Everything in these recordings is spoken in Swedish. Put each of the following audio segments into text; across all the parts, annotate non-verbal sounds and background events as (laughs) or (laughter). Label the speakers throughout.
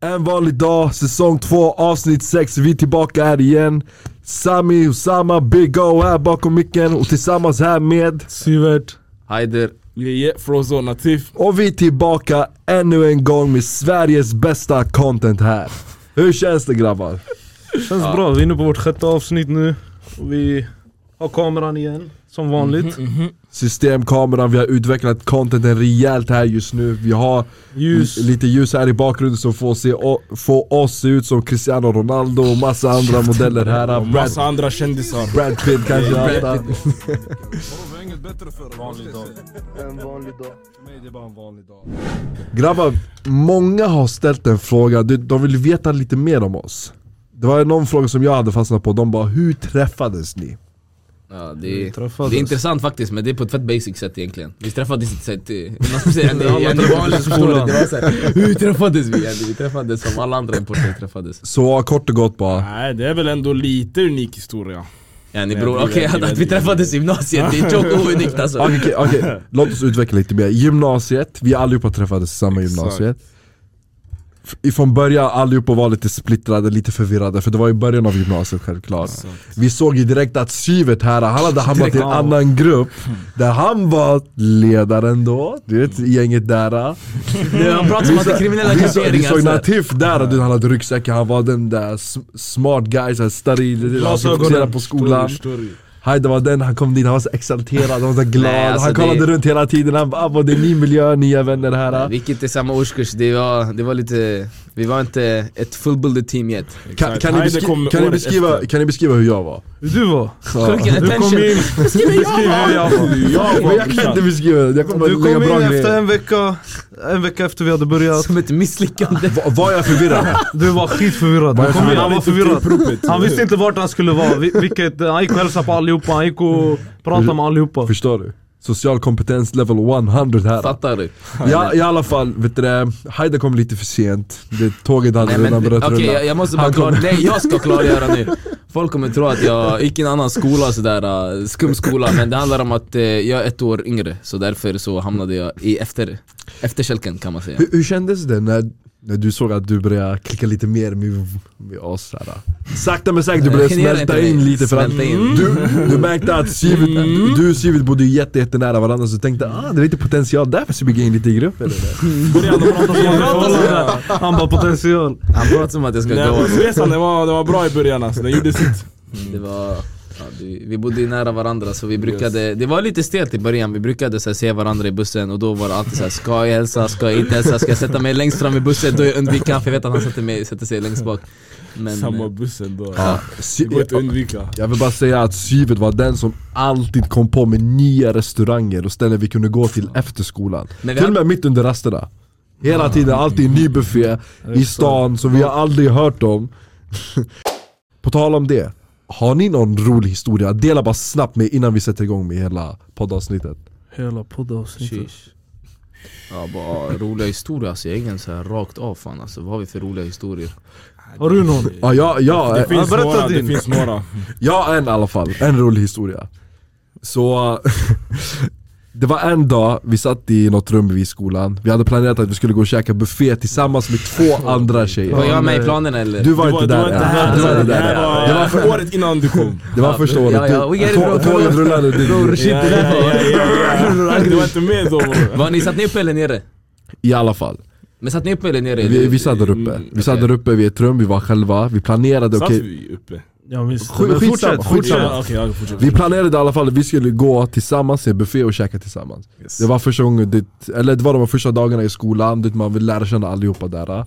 Speaker 1: En vanlig dag, säsong 2, avsnitt 6. Vi är tillbaka här igen. Sami, Osama, Big O här bakom micken och tillsammans här med...
Speaker 2: Sivert.
Speaker 3: Haider.
Speaker 2: Jeje, Frozone, Natif.
Speaker 1: Och vi är tillbaka ännu en gång med Sveriges bästa content här. Hur känns det grabbar?
Speaker 4: Känns bra, vi är inne på vårt sjätte avsnitt nu. Och vi har kameran igen, som
Speaker 1: Mm,
Speaker 4: vanligt.
Speaker 1: Systemkameran, vi har utvecklat contenten rejält här just nu. Vi har
Speaker 4: Ljus.
Speaker 1: li- lite ljus här i bakgrunden som får, se o- får oss se ut som Cristiano Ronaldo och massa andra modeller här. Brad,
Speaker 2: Massa andra kändisar.
Speaker 1: Brad Pitt kanske. allt annat. mm. Grabbar, många har ställt en fråga, Du, de vill veta lite mer om oss. Det var någon fråga som jag hade fastnat på, de bara 'Hur träffades ni?'
Speaker 3: Ja, det,
Speaker 4: träffades.
Speaker 3: är, det är intressant faktiskt men det är på ett fett basic sätt egentligen Vi träffades inte såhär till... Man ska säga,
Speaker 4: alla
Speaker 3: det, jag, det
Speaker 4: träffades
Speaker 3: var aldrig
Speaker 4: i
Speaker 3: så stor, det
Speaker 4: skolan.
Speaker 3: var såhär, Hur träffades vi? Yani, Vi träffades som alla andra importer träffades
Speaker 1: Så kort och gott bara,
Speaker 2: Nej, det är väl ändå lite unik historia.
Speaker 3: Yani
Speaker 2: Nej,
Speaker 3: bror,
Speaker 2: jag
Speaker 3: okej
Speaker 2: blir
Speaker 3: att-
Speaker 2: väldigt,
Speaker 3: att vi
Speaker 2: väldigt
Speaker 3: träffades i gymnasiet, det är tjockt ounikt alltså
Speaker 1: Okej, okej, låt oss utveckla lite mer. Gymnasiet, vi allihopa träffades i samma
Speaker 2: Exakt.
Speaker 1: gymnasiet. F- Ifrån början allihopa var lite splittrade, lite förvirrade, för det var i början av gymnasiet självklart. Vi såg ju direkt att Syvet här, han hade hamnat i en annan grupp, där han var ledaren då, du vet gänget där.
Speaker 3: Nu, Han pratar om att det är kriminella
Speaker 1: Vi såg, vi
Speaker 3: grupperingar
Speaker 1: såg
Speaker 3: alltså.
Speaker 1: Natif där, du, han hade ryggsäck, han var den där sm- smart guy, såhär steril, du vet, han skulle fokusera på skolan. Haida var den, han kom dit, han var så exalterad, han var så glad,
Speaker 3: Nej, alltså
Speaker 1: han kollade
Speaker 3: det-
Speaker 1: runt hela tiden, han bara "Abba, det är ny miljö, nya vänner här.
Speaker 3: Vilket är samma årskurs, det var, det var lite... Vi var inte ett fullbullet team yet
Speaker 1: Kan, kan, ni,
Speaker 2: Haider
Speaker 1: beskri-
Speaker 2: kom
Speaker 1: kan, ni
Speaker 2: året
Speaker 1: beskriva,
Speaker 2: efter.
Speaker 1: kan ni beskriva hur jag var?
Speaker 4: Hur du var?
Speaker 1: Så.
Speaker 3: Vilken
Speaker 4: Du kom
Speaker 3: attention!
Speaker 4: in,
Speaker 2: Ja, jag var- jag
Speaker 1: Men jag
Speaker 2: var
Speaker 1: kan
Speaker 2: brorsan.
Speaker 1: inte beskriva det, jag kommer bara
Speaker 4: du
Speaker 1: lägga
Speaker 4: kom
Speaker 1: bra
Speaker 4: in efter
Speaker 1: grejer.
Speaker 4: en vecka, en vecka efter vi hade börjat.
Speaker 3: Som ett misslyckande
Speaker 1: Va- Var jag förvirrad? (laughs)
Speaker 4: Du var skitförvirrad.
Speaker 1: Varför?
Speaker 4: Du kom in, han var
Speaker 2: inte
Speaker 4: förvirrad.
Speaker 2: tillpropet.
Speaker 4: Han visste inte vart han skulle vara, vi- vilket, eh, han gick och hälsade på allihopa, han gick och pratade med allihopa.
Speaker 1: Förstår du? Social kompetens level 100 här.
Speaker 3: Fattar du?
Speaker 1: Ja, I alla fall, vet du det, Haida kom lite för sent, det, tåget hade
Speaker 3: Nej men
Speaker 1: redan
Speaker 3: okej,
Speaker 1: börjat rulla.
Speaker 3: jag, jag måste bara
Speaker 1: Han
Speaker 3: klara,
Speaker 1: kommer-
Speaker 3: nej jag ska klargöra nu Folk kommer tro att jag gick i en annan skola sådär, uh, skum skola Men det handlar om att eh, jag är ett år yngre Så därför så hamnade jag i efter, efterkälken kan man säga
Speaker 1: Hur, hur kändes det när, när du såg att du började klicka lite mer med, med oss? Här? Sakta men säkert du började
Speaker 3: Genera
Speaker 1: smälta
Speaker 3: inte
Speaker 1: in
Speaker 3: mig.
Speaker 1: lite för att
Speaker 3: Smälta in. Mm.
Speaker 1: du, du märkte att Sivert, du och Sivert bodde ju jätte, jättenära varandra så du tänkte ah, det är lite potential där för Sivert in lite i grupp eller?
Speaker 4: Han bara potential.
Speaker 3: Han pratade som att jag ska
Speaker 2: Nej,
Speaker 3: gå
Speaker 2: Resan den var, den var bra i början alltså, den gjorde sitt.
Speaker 3: Det var, ja, vi, vi bodde ju nära varandra så vi brukade, det var lite stelt i början Vi brukade så här, se varandra i bussen och då var det alltid såhär Ska jag hälsa, ska jag inte hälsa, ska jag sätta mig längst fram i bussen? Då undviker han för jag vet att han sätter, mig, sätter sig längst bak Men,
Speaker 2: Samma
Speaker 3: eh,
Speaker 2: bussen då. Det går
Speaker 1: Sivert,
Speaker 2: inte att undvika.
Speaker 1: jag vill bara säga att Sivert var den som alltid kom på med nya restauranger och ställen vi kunde gå till efter skolan.
Speaker 3: Men vi
Speaker 1: Till och med mitt under rasterna. Hela tiden, alltid en ny buffé i stan som vi har aldrig hört om. (laughs) På tal om det, har ni någon rolig historia? Dela bara snabbt med innan vi sätter igång med hela poddavsnittet.
Speaker 4: Hela poddavsnittet.
Speaker 3: Sheesh. Ja bara roliga historier alltså, jag är ingen så här rakt av fan alltså. Vad har vi för roliga historier?
Speaker 4: Har du någon?
Speaker 1: Ja, jag, jag,
Speaker 2: Det finns
Speaker 4: berätta
Speaker 2: några, det
Speaker 4: din.
Speaker 2: finns några.
Speaker 1: jag har en i alla fall, en rolig historia. Så, (laughs) det var en dag, vi satt i något rum vid skolan, vi hade planerat att vi skulle gå och käka buffé tillsammans med två andra
Speaker 3: Var
Speaker 1: tjejer.
Speaker 3: jag med i planerna eller?
Speaker 1: Du var
Speaker 2: Du
Speaker 1: inte
Speaker 2: var, du var
Speaker 1: där
Speaker 2: inte
Speaker 1: än.
Speaker 2: här,
Speaker 1: Du var
Speaker 2: alltså,
Speaker 1: inte
Speaker 2: det
Speaker 1: där än.
Speaker 2: här var för året innan du kom.
Speaker 1: Det var första året,
Speaker 3: Ja, ja, we get it, bro.
Speaker 1: Tå- tåget rullade du,
Speaker 2: Ja, ja, ja,
Speaker 1: (laughs)
Speaker 2: ja, ja. Du var inte med då bror.
Speaker 3: Var ni, satt ni uppe eller nere?
Speaker 1: i alla fall
Speaker 3: Men satt ni uppe eller nere?
Speaker 1: Vi, vi satt där uppe,
Speaker 3: Mm,
Speaker 1: vi satt
Speaker 3: okej.
Speaker 1: där uppe vid ett rum, vi var själva, vi planerade, (laughs)
Speaker 2: Satt
Speaker 1: okej
Speaker 2: vi uppe?
Speaker 4: Jag visste.
Speaker 1: Skit-
Speaker 4: Men
Speaker 1: skitsamma,
Speaker 4: fortsätt, fortsätt.
Speaker 2: Ja, Okej, ja, fortsätt.
Speaker 1: Vi planerade i alla fall att vi skulle gå tillsammans till en buffé och käka tillsammans
Speaker 2: Yes.
Speaker 1: Det var första gången, det, eller det var de första dagarna i skolan, det, man vill lära känna allihopa där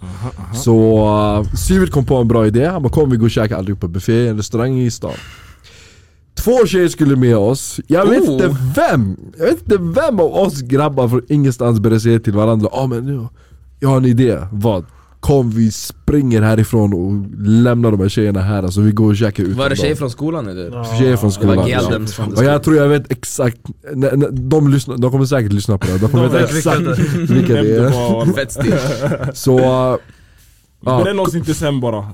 Speaker 1: Så uh, Sivert kom på en bra idé, han bara kom vi går och käkar allihopa buffé, en restaurang i stan Två tjejer skulle med oss, jag vet
Speaker 3: Oh.
Speaker 1: inte vem! Jag vet inte vem av oss grabbar från ingenstans började säga till varandra ah, men nu, Jag har en idé, vad? Kom vi springer härifrån och lämnar de här tjejerna här, alltså vi går och käkar utan
Speaker 3: Var det
Speaker 1: dem."
Speaker 3: tjejer från skolan eller?
Speaker 1: Tjejer från
Speaker 3: Det var
Speaker 1: skolan ja.
Speaker 3: Geldems från
Speaker 1: Och
Speaker 3: skolan.
Speaker 1: jag tror jag vet exakt, nej, nej, de, lyssnar, de kommer säkert lyssna på det, de kommer
Speaker 4: De
Speaker 1: veta
Speaker 4: vet vilka
Speaker 1: exakt
Speaker 4: det
Speaker 1: vilka det
Speaker 2: Nämnde
Speaker 1: är
Speaker 2: bara, wallah.
Speaker 3: Fett stil.
Speaker 1: Så, äh, ja,
Speaker 2: Bränn oss inte sen bara.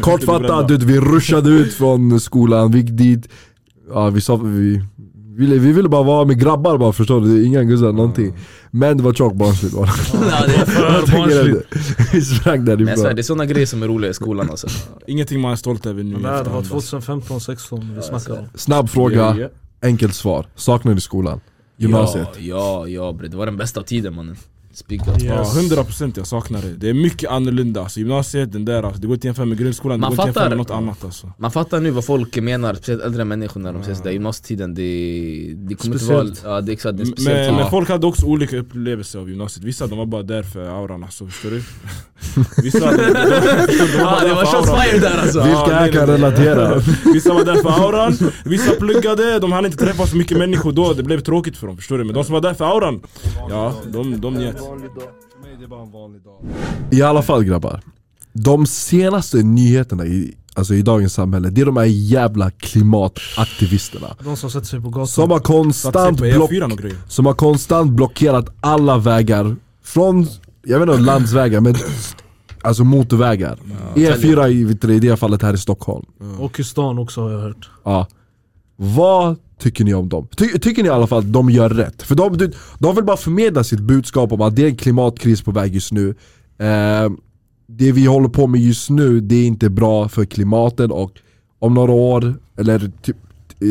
Speaker 1: kortfattat du, vet, vi rushade ut från skolan, vi gick dit, ja, vi, sa, vi, ville, vi ville bara vara med grabbar bara förstår du, inga guzzar någonting Men det var tjockt barnsligt bara
Speaker 3: (laughs) Ja, det-
Speaker 1: (laughs) Jag tänker det. Vi sprang
Speaker 3: Men jag svär,
Speaker 1: därifrån
Speaker 3: det är sådana grejer som är roliga i skolan alltså.
Speaker 2: Ingenting man är stolt över nu
Speaker 4: Men det här
Speaker 2: efter
Speaker 4: var
Speaker 2: andra.
Speaker 4: 2015, 16 vi snackade om.
Speaker 1: Snabb
Speaker 2: Ja,
Speaker 1: fråga,
Speaker 2: ja.
Speaker 1: enkelt svar, saknar du skolan? Gymnasiet?
Speaker 3: Ja, ja, ja bre. Det var den bästa tiden mannen. Spika.
Speaker 2: Ja, 100% jag saknar det. Det är mycket annorlunda alltså, gymnasiet, den där alltså, det går inte att jämföra med grundskolan,
Speaker 3: Man
Speaker 2: det går inte att jämföra med något
Speaker 3: fattar.
Speaker 2: annat alltså.
Speaker 3: Man fattar nu vad folk menar, speciellt äldre människor när de säger sådär gymnasietiden, det, det kommer
Speaker 4: Speciellt.
Speaker 3: inte vara... Ja, det, är exakt, det är speciellt.
Speaker 2: Men, men
Speaker 3: ja.
Speaker 2: folk hade också olika upplevelser av gymnasiet, vissa de var bara där för auran alltså, förstår du? Vissa, de, de, de
Speaker 3: Ah,
Speaker 2: var
Speaker 3: det
Speaker 2: där
Speaker 3: var
Speaker 2: för
Speaker 3: shots
Speaker 2: auran.
Speaker 3: fired där alltså!
Speaker 2: Vi-
Speaker 1: Vilka
Speaker 2: Ja,
Speaker 1: här
Speaker 2: det-
Speaker 1: kan relatera?
Speaker 2: Vissa var där för auran, vissa pluggade, de hann inte träffa så mycket människor då, det blev tråkigt för dem förstår du? Men de som var där för auran, ja de, de njöt.
Speaker 1: I alla fall grabbar, de senaste nyheterna i, alltså i dagens samhälle, det är de här jävla klimataktivisterna
Speaker 4: De som sätter sig på gatan.
Speaker 1: Som har
Speaker 2: Satte sig
Speaker 1: konstant
Speaker 2: på E
Speaker 1: block
Speaker 2: E4 och grejer.
Speaker 1: Som har konstant blockerat alla vägar Från, jag vet inte landsvägar men Alltså motorvägar E4 i, vet du, i det fallet här i Stockholm
Speaker 4: Och i stan också har jag hört.
Speaker 1: ja. Vad tycker ni om dem? Ty, tycker ni i alla fall att de gör rätt? För de, du- de vill bara förmedla sitt budskap om att det är en klimatkris på väg just nu eh, Det vi håller på med just nu, det är inte bra för klimatet och om några år, eller typ,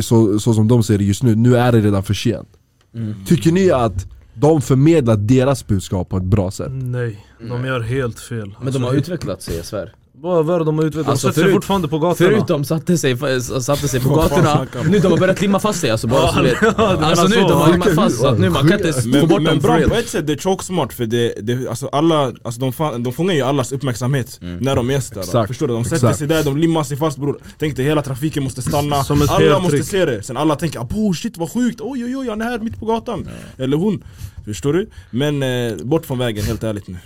Speaker 1: så, så som de ser det just nu, nu är det redan för sent
Speaker 3: Mm.
Speaker 1: Tycker ni att de förmedlar deras budskap på ett bra sätt?
Speaker 4: Nej, de gör helt fel. Alltså,
Speaker 3: Men de har utvecklat sig, jag svär.
Speaker 4: Bara värre, de har utvecklat.
Speaker 3: Alltså,
Speaker 4: de sätter sig
Speaker 3: förut-
Speaker 4: fortfarande på gatorna.
Speaker 3: Förut de satte sig, satte sig på
Speaker 2: Vad fan
Speaker 3: gatorna,
Speaker 2: snackar man?
Speaker 3: nu de har börjat limma fast sig alltså bara så du
Speaker 2: (laughs)
Speaker 3: vet. Alltså nu de
Speaker 1: Vilka
Speaker 3: har limmat fast så att nu man kan inte få
Speaker 2: Men,
Speaker 3: bort
Speaker 2: men
Speaker 3: dem
Speaker 2: bra
Speaker 3: for real.
Speaker 2: på ett sätt, det är chokesmart för det, det, alltså alla, alltså de, fan, de fångar ju allas uppmärksamhet när de är där.
Speaker 1: Exakt,
Speaker 2: Förstår du? De sätter
Speaker 1: exakt.
Speaker 2: sig där, de limmar sig fast bror. Tänk dig hela trafiken måste stanna,
Speaker 4: Som ett
Speaker 2: alla
Speaker 4: heltryck.
Speaker 2: måste se det. Sen alla tänker abo shit vad sjukt, oj oj oj han är här mitt på gatan. Eller hon. Förstår du? Men eh, bort från vägen helt ärligt nu.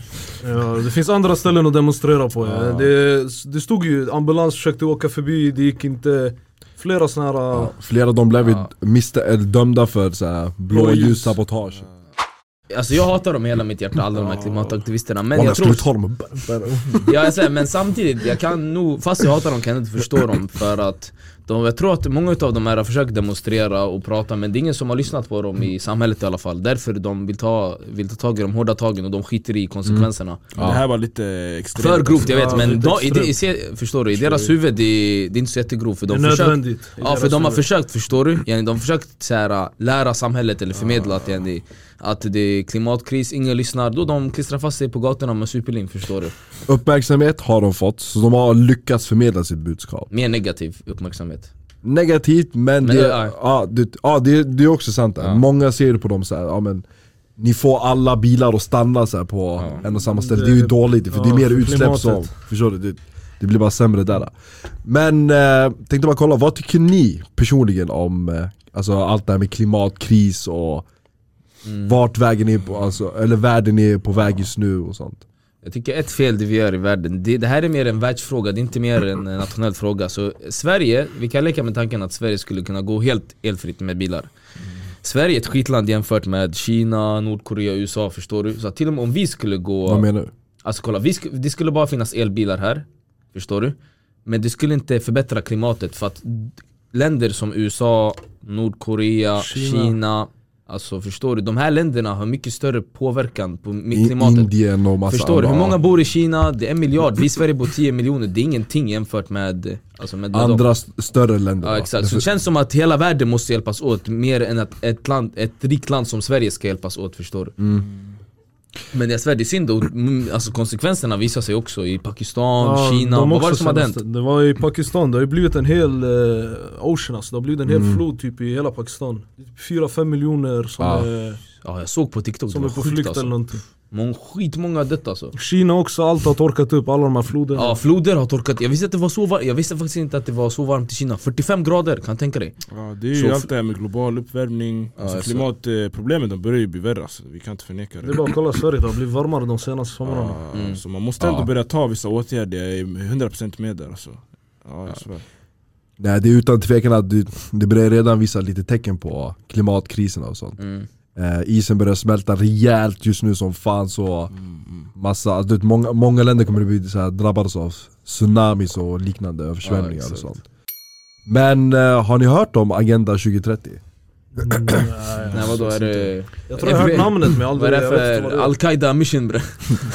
Speaker 4: Ja, det finns andra ställen att demonstrera på. Ja.
Speaker 2: Ja.
Speaker 4: Det, det stod ju, ambulans försökte åka förbi, det gick inte. Flera såna här...
Speaker 1: Ja, Flera av dem blev ju miste- eller dömda för så här, blåljussabotage
Speaker 3: Alltså jag hatar dem i hela mitt hjärta, alla de här klimataktivisterna. Men
Speaker 1: Wallah,
Speaker 3: jag
Speaker 1: jag skulle
Speaker 3: tror
Speaker 1: ta dem och
Speaker 3: Ja, jag säger, men samtidigt, jag kan nog, fast jag hatar dem kan jag inte förstå dem för att de, jag tror att många av de här har försökt demonstrera och prata men det är ingen som har lyssnat på dem i samhället i alla fall Därför de vill ta, vill ta tag i de hårda tagen och de skiter i konsekvenserna
Speaker 2: Det här var lite extremt.
Speaker 3: För grovt jag vet
Speaker 4: Ja,
Speaker 3: men
Speaker 4: lite
Speaker 3: de, i,
Speaker 4: extremt.
Speaker 3: i, se- förstår du, i deras huvud det, är- det är inte så jättegrovt för
Speaker 4: det är
Speaker 3: de försöker
Speaker 4: nödvändigt.
Speaker 3: Ja för de har försökt, förstår
Speaker 4: Mm.
Speaker 3: du? Yani, De har försökt så här, äh, lära samhället
Speaker 4: Ah.
Speaker 3: eller förmedla att, yani, att det är klimatkris, ingen lyssnar Då de klistrar fast sig på gatorna med superlim, förstår du?
Speaker 1: Uppmärksamhet har de fått, så de har lyckats förmedla sitt budskap
Speaker 3: Mer negativ uppmärksamhet
Speaker 1: Negativt men,
Speaker 3: Men
Speaker 1: det,
Speaker 3: det är-
Speaker 1: ja, det, ja, det, det är också sant där. Många ser det på dem så här, ja, men ni får alla bilar att stanna så här på en och samma ställe, det, är ju
Speaker 4: Det-
Speaker 1: dåligt för det är
Speaker 4: ja,
Speaker 1: mer
Speaker 4: för
Speaker 1: utsläpp
Speaker 4: klimatet.
Speaker 1: som, förstår du? Det, det blir bara sämre där Men eh, tänkte bara kolla, vad tycker ni personligen om eh, alltså, allt det här med klimatkris och
Speaker 3: Mm.
Speaker 1: vart vägen är på, alltså, eller världen är på väg just nu och sånt?
Speaker 3: Jag tycker ett fel det vi gör i världen, det, det här är mer en världsfråga, det är inte mer en eh, nationell fråga. Så Sverige, vi kan leka med tanken att Sverige skulle kunna gå helt elfritt med bilar. Sverige är ett skitland jämfört med Kina, Nordkorea, USA förstår du. Så att till och med om vi skulle gå...
Speaker 1: Vad menar du?
Speaker 3: Alltså kolla, vi sk- det skulle bara finnas elbilar här, förstår du? Men det skulle inte förbättra klimatet för att d- länder som USA, Nordkorea, Kina,
Speaker 4: Kina.
Speaker 3: alltså förstår du? De här länderna har mycket större påverkan på mi-
Speaker 1: I,
Speaker 3: klimatet.
Speaker 1: Indien och
Speaker 4: Alltså,
Speaker 1: massa
Speaker 3: Förstår du? Hur
Speaker 1: andra-
Speaker 3: många bor i Kina? Det är en miljard, vi i Sverige bor 10 miljoner, det är ingenting jämfört med, alltså med med dem.
Speaker 1: Andra st- större länder
Speaker 3: Ja
Speaker 1: va?
Speaker 3: exakt, så det känns som att hela världen måste hjälpas åt mer än att ett, land, ett rikt land som Sverige ska hjälpas åt förstår du?
Speaker 4: Mm.
Speaker 3: Men jag svär, det är synd och mm, alltså, konsekvenserna visar sig också i Pakistan,
Speaker 4: Ja,
Speaker 3: Kina,
Speaker 4: de
Speaker 3: vad
Speaker 4: också
Speaker 3: var det som hade hänt?
Speaker 4: senaste. Det var i Pakistan, det har ju blivit en hel eh, ocean alltså. Det har blivit en hel
Speaker 3: Mm.
Speaker 4: flod typ i hela Pakistan. 4-5 miljoner som,
Speaker 1: Ja.
Speaker 4: är,
Speaker 3: Ja jag såg på TikTok,
Speaker 4: som
Speaker 3: det
Speaker 4: är
Speaker 3: var
Speaker 4: på
Speaker 3: sjukt
Speaker 4: flykt eller Mm.
Speaker 3: alltså.
Speaker 4: någonting.
Speaker 3: Mång, skitmånga har dött alltså
Speaker 4: Kina också, allt har torkat upp, alla de här floderna.
Speaker 3: Ja, floder har torkat, jag visste, att det var så var- jag visste faktiskt inte att det var så varmt i Kina 45 grader, kan jag tänka dig?
Speaker 2: Ja, det är ju
Speaker 3: Så-
Speaker 2: allt det här med global uppvärmning, alltså,
Speaker 3: alltså.
Speaker 2: klimatproblemen de börjar ju bli värre alltså. vi kan inte förneka
Speaker 4: Det är bara att kolla Sverige, det har blivit varmare de senaste somrarna.
Speaker 2: Ja, Så man måste ändå
Speaker 1: Ja.
Speaker 2: börja ta vissa åtgärder, jag är 100% med där alltså. Ja, jag svär.
Speaker 1: Nej det är utan tvekan att det, det börjar redan visa lite tecken på klimatkriserna och sånt
Speaker 3: Mm.
Speaker 1: eh, Isen börjar smälta rejält just nu som fan så
Speaker 3: Mm,
Speaker 1: massa, alltså, du vet, många, många länder kommer att bli så här, drabbades av tsunamis och liknande översvämningar och
Speaker 2: exakt.
Speaker 1: sånt Men eh, har ni hört om Agenda 2030?
Speaker 3: Nej vadå är det...
Speaker 4: Mm, alltså. Jag tror jag har hört namnet men jag har
Speaker 3: Vad
Speaker 4: aldrig...
Speaker 3: är det för Al-Qaida mission bre?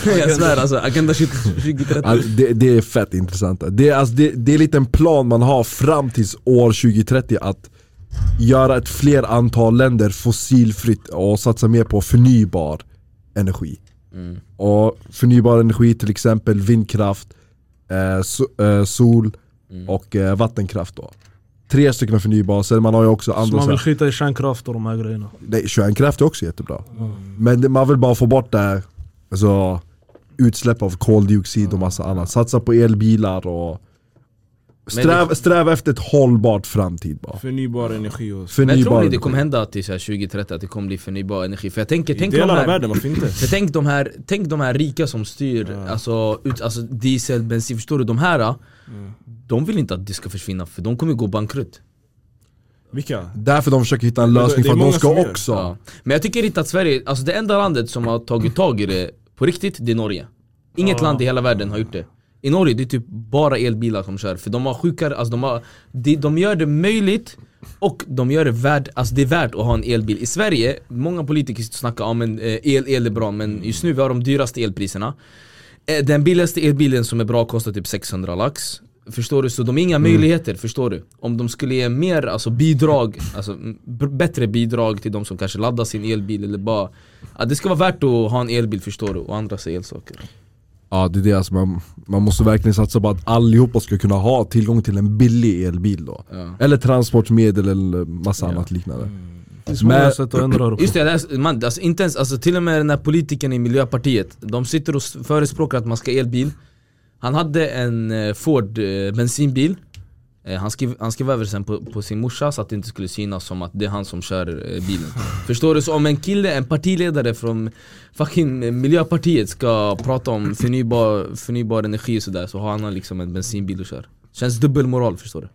Speaker 3: Jag svär alltså, Agenda 20- 2030
Speaker 1: (laughs) Alltså, det, det är fett intressant. Det är, alltså, det, det är lite en plan man har fram tills år 2030 att göra ett fler antal länder fossilfritt och satsa mer på förnybar energi.
Speaker 3: Mm.
Speaker 1: Och förnybar energi till exempel vindkraft, eh, so, eh, sol och eh, vattenkraft då. Tre stycken förnybara, sen man har ju också
Speaker 4: Så
Speaker 1: andra
Speaker 4: man
Speaker 1: så
Speaker 4: vill
Speaker 1: här,
Speaker 4: skita i kärnkraft och de här grejerna.
Speaker 1: Nej, kärnkraft är också jättebra. Men det, man vill bara få bort det här, alltså, utsläpp av koldioxid och massa annat. Satsa på elbilar och sträv, sträv efter ett hållbart framtid bara.
Speaker 2: Förnybar energi och...
Speaker 3: Men jag tror ni det
Speaker 1: Förnybar.
Speaker 3: kommer hända till så här 2030 att det kommer bli förnybar energi? För jag tänker,
Speaker 2: I
Speaker 3: tänk de
Speaker 2: delar av
Speaker 3: här,
Speaker 2: världen, varför inte?
Speaker 3: för tänk de här, tänk de här rika som styr, alltså, ut, alltså diesel, bensin, förstår du? De här, de vill inte att det ska försvinna för de kommer gå bankrutt
Speaker 2: Vilka?
Speaker 1: Därför de försöker hitta en
Speaker 2: Det är
Speaker 1: lösning för att de
Speaker 2: många
Speaker 1: ska
Speaker 2: som gör.
Speaker 1: också.
Speaker 3: ja. Men jag tycker inte att Sverige, alltså det enda landet som har tagit tag i det på riktigt, det är Norge Inget land i hela världen har gjort det I Norge, det är typ bara elbilar som kör, för de har sjukare, alltså de har, de, de gör det möjligt och de gör det värt, alltså det är värt att ha en elbil I Sverige, många politiker sitter och snackar om en el, el är bra men just nu vi har de dyraste elpriserna Eh, Den billigaste elbilen som är bra kostar typ 600 lax Förstår du? Så de har inga möjligheter, förstår du? Om de skulle ge mer alltså bidrag, alltså m- b- bättre bidrag till de som kanske laddar sin elbil eller bara att Det ska vara värt att ha en elbil förstår du, och andra sig elsaker
Speaker 1: Ja det är det alltså, man, man måste verkligen satsa på att allihopa ska kunna ha tillgång till en billig elbil då.
Speaker 3: Ja.
Speaker 1: Eller transportmedel eller massa annat liknande.
Speaker 2: Mm.
Speaker 4: Det finns många
Speaker 1: Men-
Speaker 4: sätt att ändra det på.
Speaker 3: Just det, jag läste- man, alltså inte ens, alltså till och med den här politikern i Miljöpartiet De sitter och s- förespråkar att man ska ha elbil Han hade en eh, Ford eh, bensinbil Eh, han skrev, han skrev över sen på, på sin morsa så att det inte skulle synas som att det är han som kör eh, bilen Förstår du? Så om en kille, en partiledare från fucking eh, Miljöpartiet ska prata om förnybar, förnybar energi och sådär Så har han liksom en bensinbil och kör Känns dubbelmoral förstår du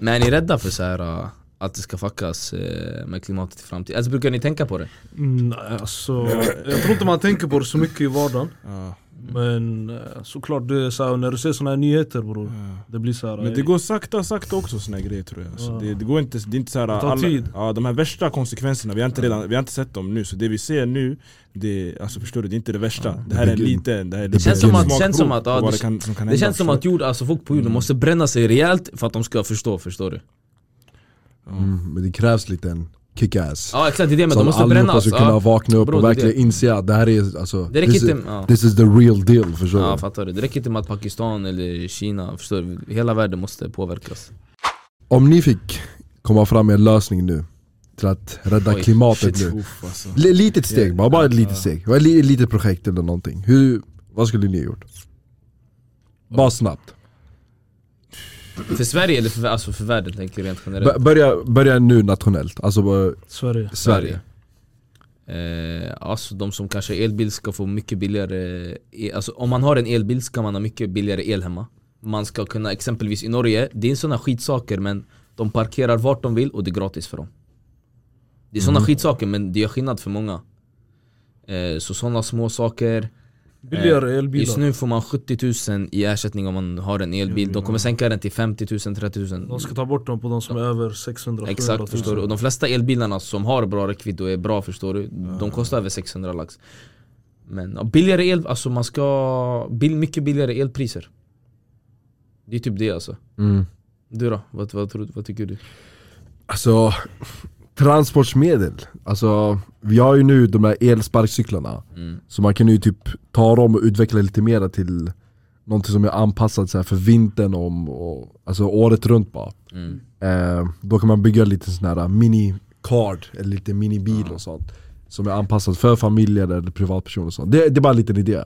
Speaker 3: Men är ni rädda för så här eh, att det ska fuckas eh, med klimatet i framtiden? Alltså brukar ni tänka på det?
Speaker 4: Mm, nej, alltså, jag tror inte man tänker på det så mycket i vardagen.
Speaker 2: Ja.
Speaker 4: Men eh, såklart, det är så här, när du ser såna här nyheter bror. Det blir så här, eh,
Speaker 2: Men det går sakta sakta också såna här grejer tror jag alltså,
Speaker 4: Ja.
Speaker 2: det, det går inte, det är inte så här,
Speaker 4: tar tid.
Speaker 2: ja, De här värsta konsekvenserna, vi har, inte redan, vi har inte sett dem nu Så det vi ser nu, det, alltså, förstår du, det är inte det värsta Det här är en
Speaker 1: begin-
Speaker 2: liten, det här är det
Speaker 3: känns som att- känns som att, ja, det-
Speaker 2: det, kan, som kan
Speaker 3: Det
Speaker 2: hända,
Speaker 3: känns som
Speaker 2: förstår
Speaker 3: att jord, alltså folk på jorden måste bränna sig rejält för att de ska förstå, förstår du?
Speaker 1: Mm, men det krävs lite en kick-ass.
Speaker 3: Ja exakt, det är det men
Speaker 1: Så
Speaker 3: de
Speaker 1: att
Speaker 3: måste
Speaker 1: allihopa
Speaker 3: brännas
Speaker 1: ska kunna
Speaker 3: ja.
Speaker 1: vakna upp
Speaker 3: Bro,
Speaker 1: och
Speaker 3: det är
Speaker 1: verkligen inse att det här är alltså,
Speaker 3: Det räcker
Speaker 1: this, is,
Speaker 3: inte, ja.
Speaker 1: this is the real deal förstår
Speaker 3: ja
Speaker 1: du?
Speaker 3: fattar du, det räcker inte med att Pakistan eller Kina, förstår du? Hela världen måste påverkas
Speaker 1: Om ni fick komma fram med en lösning nu till att rädda
Speaker 3: Oj,
Speaker 1: klimatet
Speaker 3: shit.
Speaker 1: nu.
Speaker 2: Uff, alltså.
Speaker 1: L- litet steg bara, bara ett litet steg. Ett li- litet projekt eller någonting. Hur, vad skulle ni ha gjort? Bara snabbt.
Speaker 3: För Sverige eller för, alltså för världen tänker jag rent generellt?
Speaker 1: B- börja, börja nu nationellt, alltså eh,
Speaker 4: Sverige.
Speaker 1: Sverige.
Speaker 3: Eh, alltså de som kanske har elbil ska få mycket billigare el, Alltså om man har en elbil ska man ha mycket billigare el hemma Man ska kunna, exempelvis i Norge, det är sådana skitsaker men De parkerar vart de vill och det är gratis för dem Det är sådana skitsaker men det gör skillnad för många eh, Så sådana små saker
Speaker 4: Billigare
Speaker 3: Eh, Just
Speaker 4: elbilar.
Speaker 3: nu får man 70 000 i ersättning om man har en elbil, de kommer sänka den till 50 000, 30 000
Speaker 4: De ska ta bort dem på de som är över 600
Speaker 3: Exakt förstår du, och de flesta elbilarna som har bra räckvidd och är bra förstår du, de kostar över 600 lax Men ja, billigare el, alltså man ska, bil, mycket billigare elpriser Det är typ det alltså
Speaker 1: Mm.
Speaker 3: Du då? Vad, vad, tror, du- vad tycker du?
Speaker 1: Alltså, transportmedel. Alltså, vi har ju nu de här elsparkcyklarna.
Speaker 3: Mm.
Speaker 1: Så man kan ju typ ta dem och utveckla lite mera till någonting som är anpassat så här för vintern om, och, alltså året runt bara.
Speaker 3: Mm.
Speaker 1: Eh, då kan man bygga lite sån här mini-card, eller lite minibil och sånt. Som är anpassad för familjer eller privatpersoner och sånt. Det, det är bara en liten idé.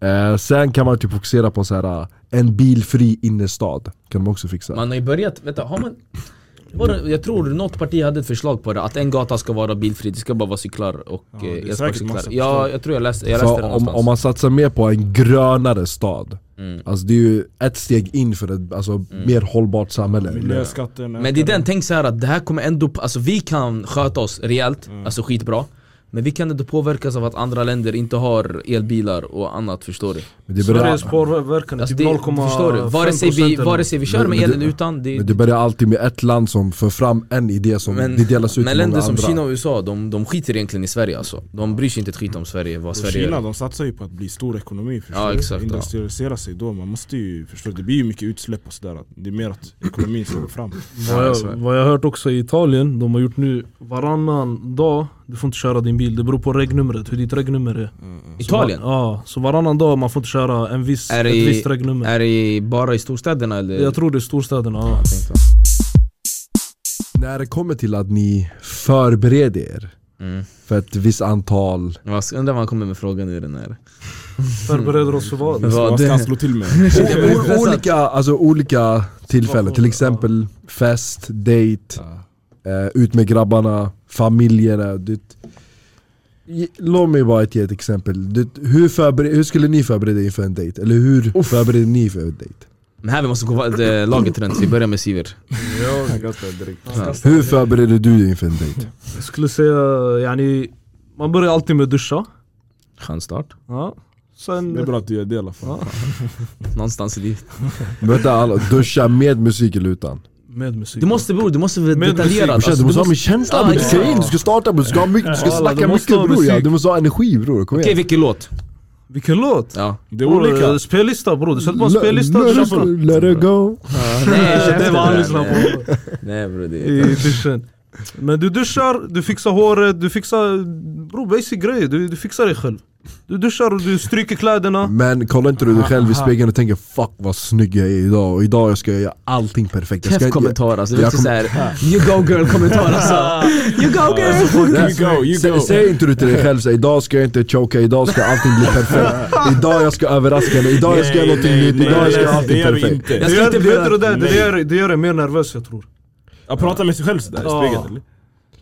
Speaker 1: Eh, sen kan man typ fokusera på så här, en bilfri innerstad. Kan de också fixa.
Speaker 3: Man har ju börjat, vänta, har man var det, jag tror något parti hade ett förslag på det, att en gata ska vara bilfri, det ska bara vara cyklar och
Speaker 2: det är
Speaker 3: eh,
Speaker 2: säkert
Speaker 3: elsparkcyklar
Speaker 2: massa
Speaker 3: Ja,
Speaker 2: förslag.
Speaker 3: jag tror jag läste, jag
Speaker 1: Så
Speaker 3: läste det
Speaker 1: om,
Speaker 3: någonstans
Speaker 1: om man satsar mer på en grönare stad,
Speaker 3: Mm.
Speaker 1: alltså det är ju ett steg in för ett alltså, mer hållbart samhälle.
Speaker 2: Miljöskatten
Speaker 1: Mm.
Speaker 3: Men det är den, tänk så här att det här kommer ändå, alltså vi kan sköta oss rejält, alltså skitbra Men vi kan ändå påverkas av att andra länder inte har elbilar och annat förstår du?
Speaker 1: Men det börjar,
Speaker 4: Sveriges påverkan är
Speaker 3: Alltså
Speaker 4: typ
Speaker 3: det, förstår du?
Speaker 4: 0,5%
Speaker 3: Vare sig vi,
Speaker 4: eller
Speaker 3: vare sig vi kör
Speaker 1: Men-
Speaker 3: med
Speaker 1: men
Speaker 3: el eller
Speaker 1: det-
Speaker 3: utan, det,
Speaker 1: men det börjar alltid med ett land som för fram en idé som
Speaker 3: Men-
Speaker 1: det delas ut till
Speaker 3: men
Speaker 1: många
Speaker 3: länder som
Speaker 1: andra
Speaker 3: Kina och USA, de, de skiter egentligen i Sverige alltså. De bryr sig inte ett skit om Sverige, vad
Speaker 2: Och
Speaker 3: Sverige
Speaker 2: Kina
Speaker 3: gör.
Speaker 2: de satsar ju på att bli stor ekonomi förstår
Speaker 3: Ja,
Speaker 2: du?
Speaker 3: exakt, ja.
Speaker 2: Industrialisera sig då, man måste ju förstå Det blir ju mycket utsläpp och sådär Det är mer att ekonomin ska gå fram
Speaker 4: Vad
Speaker 3: Ja, så är
Speaker 4: jag,
Speaker 3: det.
Speaker 4: vad jag har hört också i Italien, de har gjort nu varannan dag, du får inte köra din bil, det beror på regnumret, hur ditt regnummer är
Speaker 3: Italien?
Speaker 4: Så, var- ja, så varannan dag man får inte köra en viss,
Speaker 3: Är
Speaker 4: ett
Speaker 3: i-
Speaker 4: visst regnummer
Speaker 3: Är det bara i storstäderna eller?
Speaker 4: Jag tror det är storstäderna, ja.
Speaker 3: Jag tänkte.
Speaker 1: När det kommer till att ni förbereder er
Speaker 3: Mm.
Speaker 1: för ett visst antal
Speaker 3: Jag undrar vad han kommer med frågan nu den här.
Speaker 4: Förbereder oss för vad?
Speaker 3: Vad
Speaker 2: Vad
Speaker 3: (laughs)
Speaker 2: ska
Speaker 3: det-
Speaker 2: han slå till med?
Speaker 1: O- o- olika, alltså olika tillfällen, till exempel fest, dejt, eh, ut med grabbarna, familjerna du, Ge- Låt mig bara ge ett exempel, du, hur, förber- hur skulle ni förbereda er för en dejt? Eller hur förbereder ni för en dejt?
Speaker 3: Men här vi måste gå eh, laget runt, vi börjar med Sivert.
Speaker 1: Hur förbereder du dig inför en dejt?
Speaker 4: Jag skulle säga, yani, man börjar alltid med duscha
Speaker 3: Skön start.
Speaker 4: ja.
Speaker 2: Det är
Speaker 4: Sen,
Speaker 2: bra att du gör det i alla fall
Speaker 3: Någonstans i livet.
Speaker 1: Vänta, alla, duscha med musik eller utan?
Speaker 4: med musik
Speaker 3: Du måste bror, du måste vara
Speaker 4: Med musik.
Speaker 3: detaljerad.
Speaker 1: Brorsan,
Speaker 3: Alltså,
Speaker 1: du måste ha min känsla
Speaker 3: Ja,
Speaker 1: bror, du ska
Speaker 3: exakt.
Speaker 1: in, du ska starta bror, du ska, ha mycket, du ska
Speaker 4: Ja,
Speaker 1: snacka
Speaker 4: du måste
Speaker 1: mycket
Speaker 4: ha
Speaker 1: bror, ja.
Speaker 4: musik.
Speaker 1: du måste ha energi bror, kom
Speaker 3: Okej
Speaker 1: igen
Speaker 3: vilken låt?
Speaker 4: Vilken låt?
Speaker 3: Ja.
Speaker 2: Det är olika
Speaker 4: Eh, Spellista bror, du sätter på en
Speaker 1: Let-
Speaker 4: spellista,
Speaker 1: let
Speaker 4: du
Speaker 1: it-
Speaker 4: kör på
Speaker 1: Let it go
Speaker 3: (laughs) Nej,
Speaker 4: Eh, Det
Speaker 3: käften,
Speaker 4: var han
Speaker 3: nej,
Speaker 4: lyssnade
Speaker 3: nej.
Speaker 4: på
Speaker 3: Nej bror det
Speaker 4: i
Speaker 3: är...
Speaker 4: duschen Men du duschar, du fixar håret, du fixar bro, basic grejer, du, du fixar dig själv Du duschar och du stryker kläderna
Speaker 1: Men kollar inte du dig själv i spegeln och tänker 'fuck vad snygg jag är idag' och idag ska jag göra allting perfekt jag ska
Speaker 3: Keff
Speaker 1: inte-
Speaker 3: kommentar alltså, det är
Speaker 1: Jag
Speaker 3: inte såhär (laughs) you go girl kommentar alltså. You go girl!
Speaker 2: You go, you
Speaker 1: Sä-
Speaker 2: go
Speaker 1: Säg inte du till dig själv så här, 'idag ska jag inte choka, idag ska allting bli perfekt' Idag jag ska överraska henne, idag jag ska göra någonting
Speaker 2: Nej,
Speaker 1: nytt,
Speaker 2: nej,
Speaker 1: idag jag ska
Speaker 2: nej,
Speaker 1: göra
Speaker 2: Det
Speaker 1: allting
Speaker 2: gör du
Speaker 1: perfekt
Speaker 3: Jag
Speaker 4: Det
Speaker 2: inte
Speaker 3: ska
Speaker 4: gör,
Speaker 3: inte bli
Speaker 4: vet du det,
Speaker 2: Nej.
Speaker 4: det, gör, det gör dig mer nervös jag tror
Speaker 2: Att prata med sig själv sådär i
Speaker 4: Ja.
Speaker 2: spegeln eller?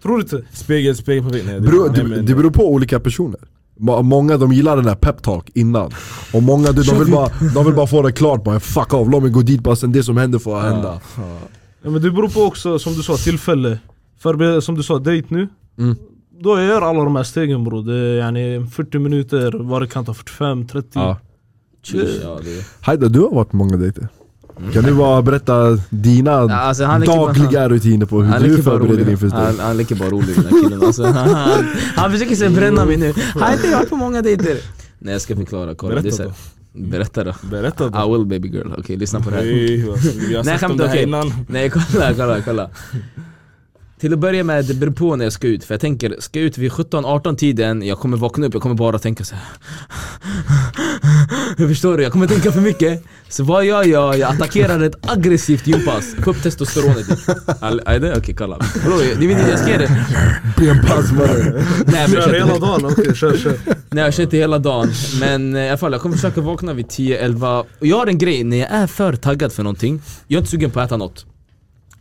Speaker 4: Tror du inte?
Speaker 2: Spegel, spegel på väggen Nej, det-
Speaker 1: Bro,
Speaker 2: nej,
Speaker 1: det,
Speaker 2: men-
Speaker 1: det beror på olika personer Ma- Många de gillar den där peptalk innan Och många du, de, vill bara, de vill bara få det klart bara 'fuck off, låt mig gå dit bara sen det som händer får hända'
Speaker 4: Ja, men det beror på också som du sa tillfälle Förbered, Som du sa, dejt nu
Speaker 1: Mm.
Speaker 4: Då jag gör alla de här stegen bror, det är yani 40 minuter, vad det kan ta 45, 30
Speaker 1: Ja.
Speaker 3: Ja, det-
Speaker 1: Haida, du har varit på många dejter. Kan du bara berätta dina
Speaker 3: Alltså, han är
Speaker 1: dagliga rutiner på hur
Speaker 3: Han leker
Speaker 1: du
Speaker 3: bara
Speaker 1: förbereder dig
Speaker 3: rolig.
Speaker 1: inför
Speaker 3: Han,
Speaker 1: dejt?
Speaker 3: han leker bara rolig den här killen alltså. han, han försöker sig bränna mig nu. Han har inte varit på många dejter. Nej jag ska förklara, kolla.
Speaker 2: Berätta
Speaker 3: det är så här- Berätta då.
Speaker 2: Berätta då
Speaker 3: I will baby girl, okej lyssna på det här.
Speaker 2: Nej, alltså, vi
Speaker 3: (laughs)
Speaker 2: har
Speaker 3: Nej,
Speaker 2: sagt om
Speaker 3: skämt,
Speaker 2: det här
Speaker 3: okej.
Speaker 2: innan
Speaker 3: Nej kolla, kolla, kolla. Till att börja med, det beror på när jag ska ut. För jag tänker, ska jag ut vid 17-18 tiden, jag kommer vakna upp, jag kommer bara tänka så här. (laughs) Jag förstår du, jag kommer tänka för mycket. Så vad gör jag? Jag attackerar ett aggressivt gympass. Få upp
Speaker 2: (laughs)
Speaker 3: testosteronet. All- Är det? Okej, kolla. Bro, det är min idé, jag ska göra det.
Speaker 1: Benpass mannen.
Speaker 3: Nej men
Speaker 4: Kör
Speaker 3: jag kör
Speaker 4: hela
Speaker 3: inte,
Speaker 4: dagen, okej kör kör
Speaker 3: nej, jag kör inte hela dagen. Men eh, i alla fall, jag kommer försöka vakna vid 10-11. Och jag har en grej, när jag är för taggad för någonting, jag är inte sugen på att äta något.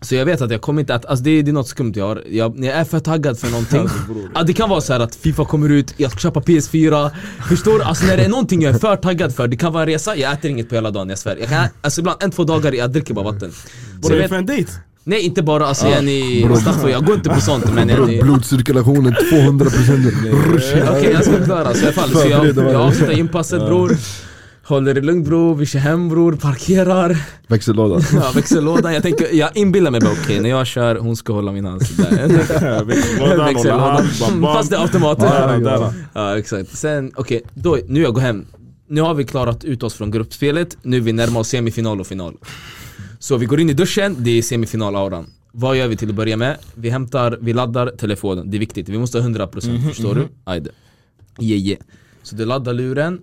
Speaker 3: Så jag vet att jag kommer inte att, alltså det, det är något skumt jag har. Jag, när jag är för taggad för någonting, ja, det kan vara så här att FIFA kommer ut, jag ska köpa PS4. Förstår du? Alltså när det är någonting jag är för taggad för, det kan vara en resa, jag äter inget på hela dagen, jag svär. Jag kan, alltså ibland en, två dagar, jag dricker bara vatten. Så jag
Speaker 2: Vadå, är det
Speaker 3: vet,
Speaker 2: för en
Speaker 3: (laughs)
Speaker 2: dejt?
Speaker 3: nej inte bara alltså yani, Staffo, jag går inte på sånt men
Speaker 1: Bro,
Speaker 3: yani,
Speaker 1: Blodcirkulationen 200% Rush.
Speaker 3: Okej jag ska förklara, så i alla fall, så jag,
Speaker 1: Förbered dig.
Speaker 3: jag avslutar gympasset bror Håller det lugnt bror, vi kör hem bror,
Speaker 2: (laughs)
Speaker 3: parkerar
Speaker 1: Växellådan.
Speaker 3: ja, Växellådan, jag tänker, jag inbillar mig bara okej när jag kör, hon ska hålla min hals
Speaker 2: (laughs)
Speaker 3: där
Speaker 2: Växellådan, hålla
Speaker 3: Växellådan,
Speaker 2: hand, bam, bam.
Speaker 3: fast det är automater
Speaker 2: Ja, där.
Speaker 3: Ja exakt, sen okej, då, nu jag går hem Nu har vi klarat ut oss från gruppspelet, nu är vi närmar oss semifinal och final Så vi går in i duschen, det är semifinalauran Vad gör vi till att börja med? Vi hämtar, vi laddar telefonen, det är viktigt, vi måste ha 100% förstår du? Ajde. Yeah, yeah. Så du laddar luren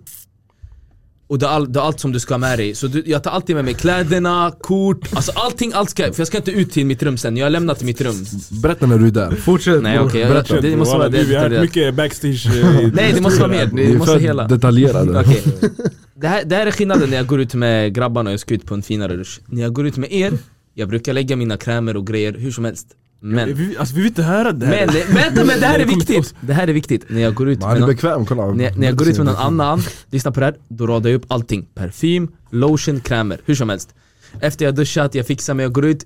Speaker 3: och det är, all, det är allt som du ska ha med dig. Så du, jag tar alltid med mig kläderna, kort, alltså allting, allt ska, för jag ska inte ut till mitt rum sen, jag har lämnat mitt rum
Speaker 1: Berätta när du är där.
Speaker 4: Fortsätt
Speaker 3: Nej
Speaker 4: bror.
Speaker 3: okej, jag-
Speaker 1: berätta.
Speaker 3: det måste vara
Speaker 2: Walla,
Speaker 3: det,
Speaker 2: du, Vi har
Speaker 3: det,
Speaker 2: hört
Speaker 3: det.
Speaker 2: mycket backstage eh,
Speaker 3: (laughs) Nej det måste vara mer,
Speaker 1: Ni
Speaker 3: det
Speaker 1: är
Speaker 3: måste
Speaker 1: för
Speaker 3: hela
Speaker 1: detaljerade.
Speaker 3: Okej. (laughs) Det, här, det här är skillnaden när jag går ut med grabbarna och jag ska ut på en finare rush När jag går ut med er, jag brukar lägga mina krämer och grejer hur som helst Men,
Speaker 2: Vi, alltså vi vill inte höra det
Speaker 3: men,
Speaker 2: här
Speaker 3: vänta men det här är viktigt! Det här är viktigt, när jag går ut
Speaker 1: Man, Han
Speaker 3: med
Speaker 1: är
Speaker 3: någon,
Speaker 1: bekväm, kolla.
Speaker 3: när, när jag går ut med någon annan, lyssna på det här, då radar jag upp allting. Parfym, lotion, krämer, hur som helst. Efter jag duschat, jag fixar mig, jag går ut.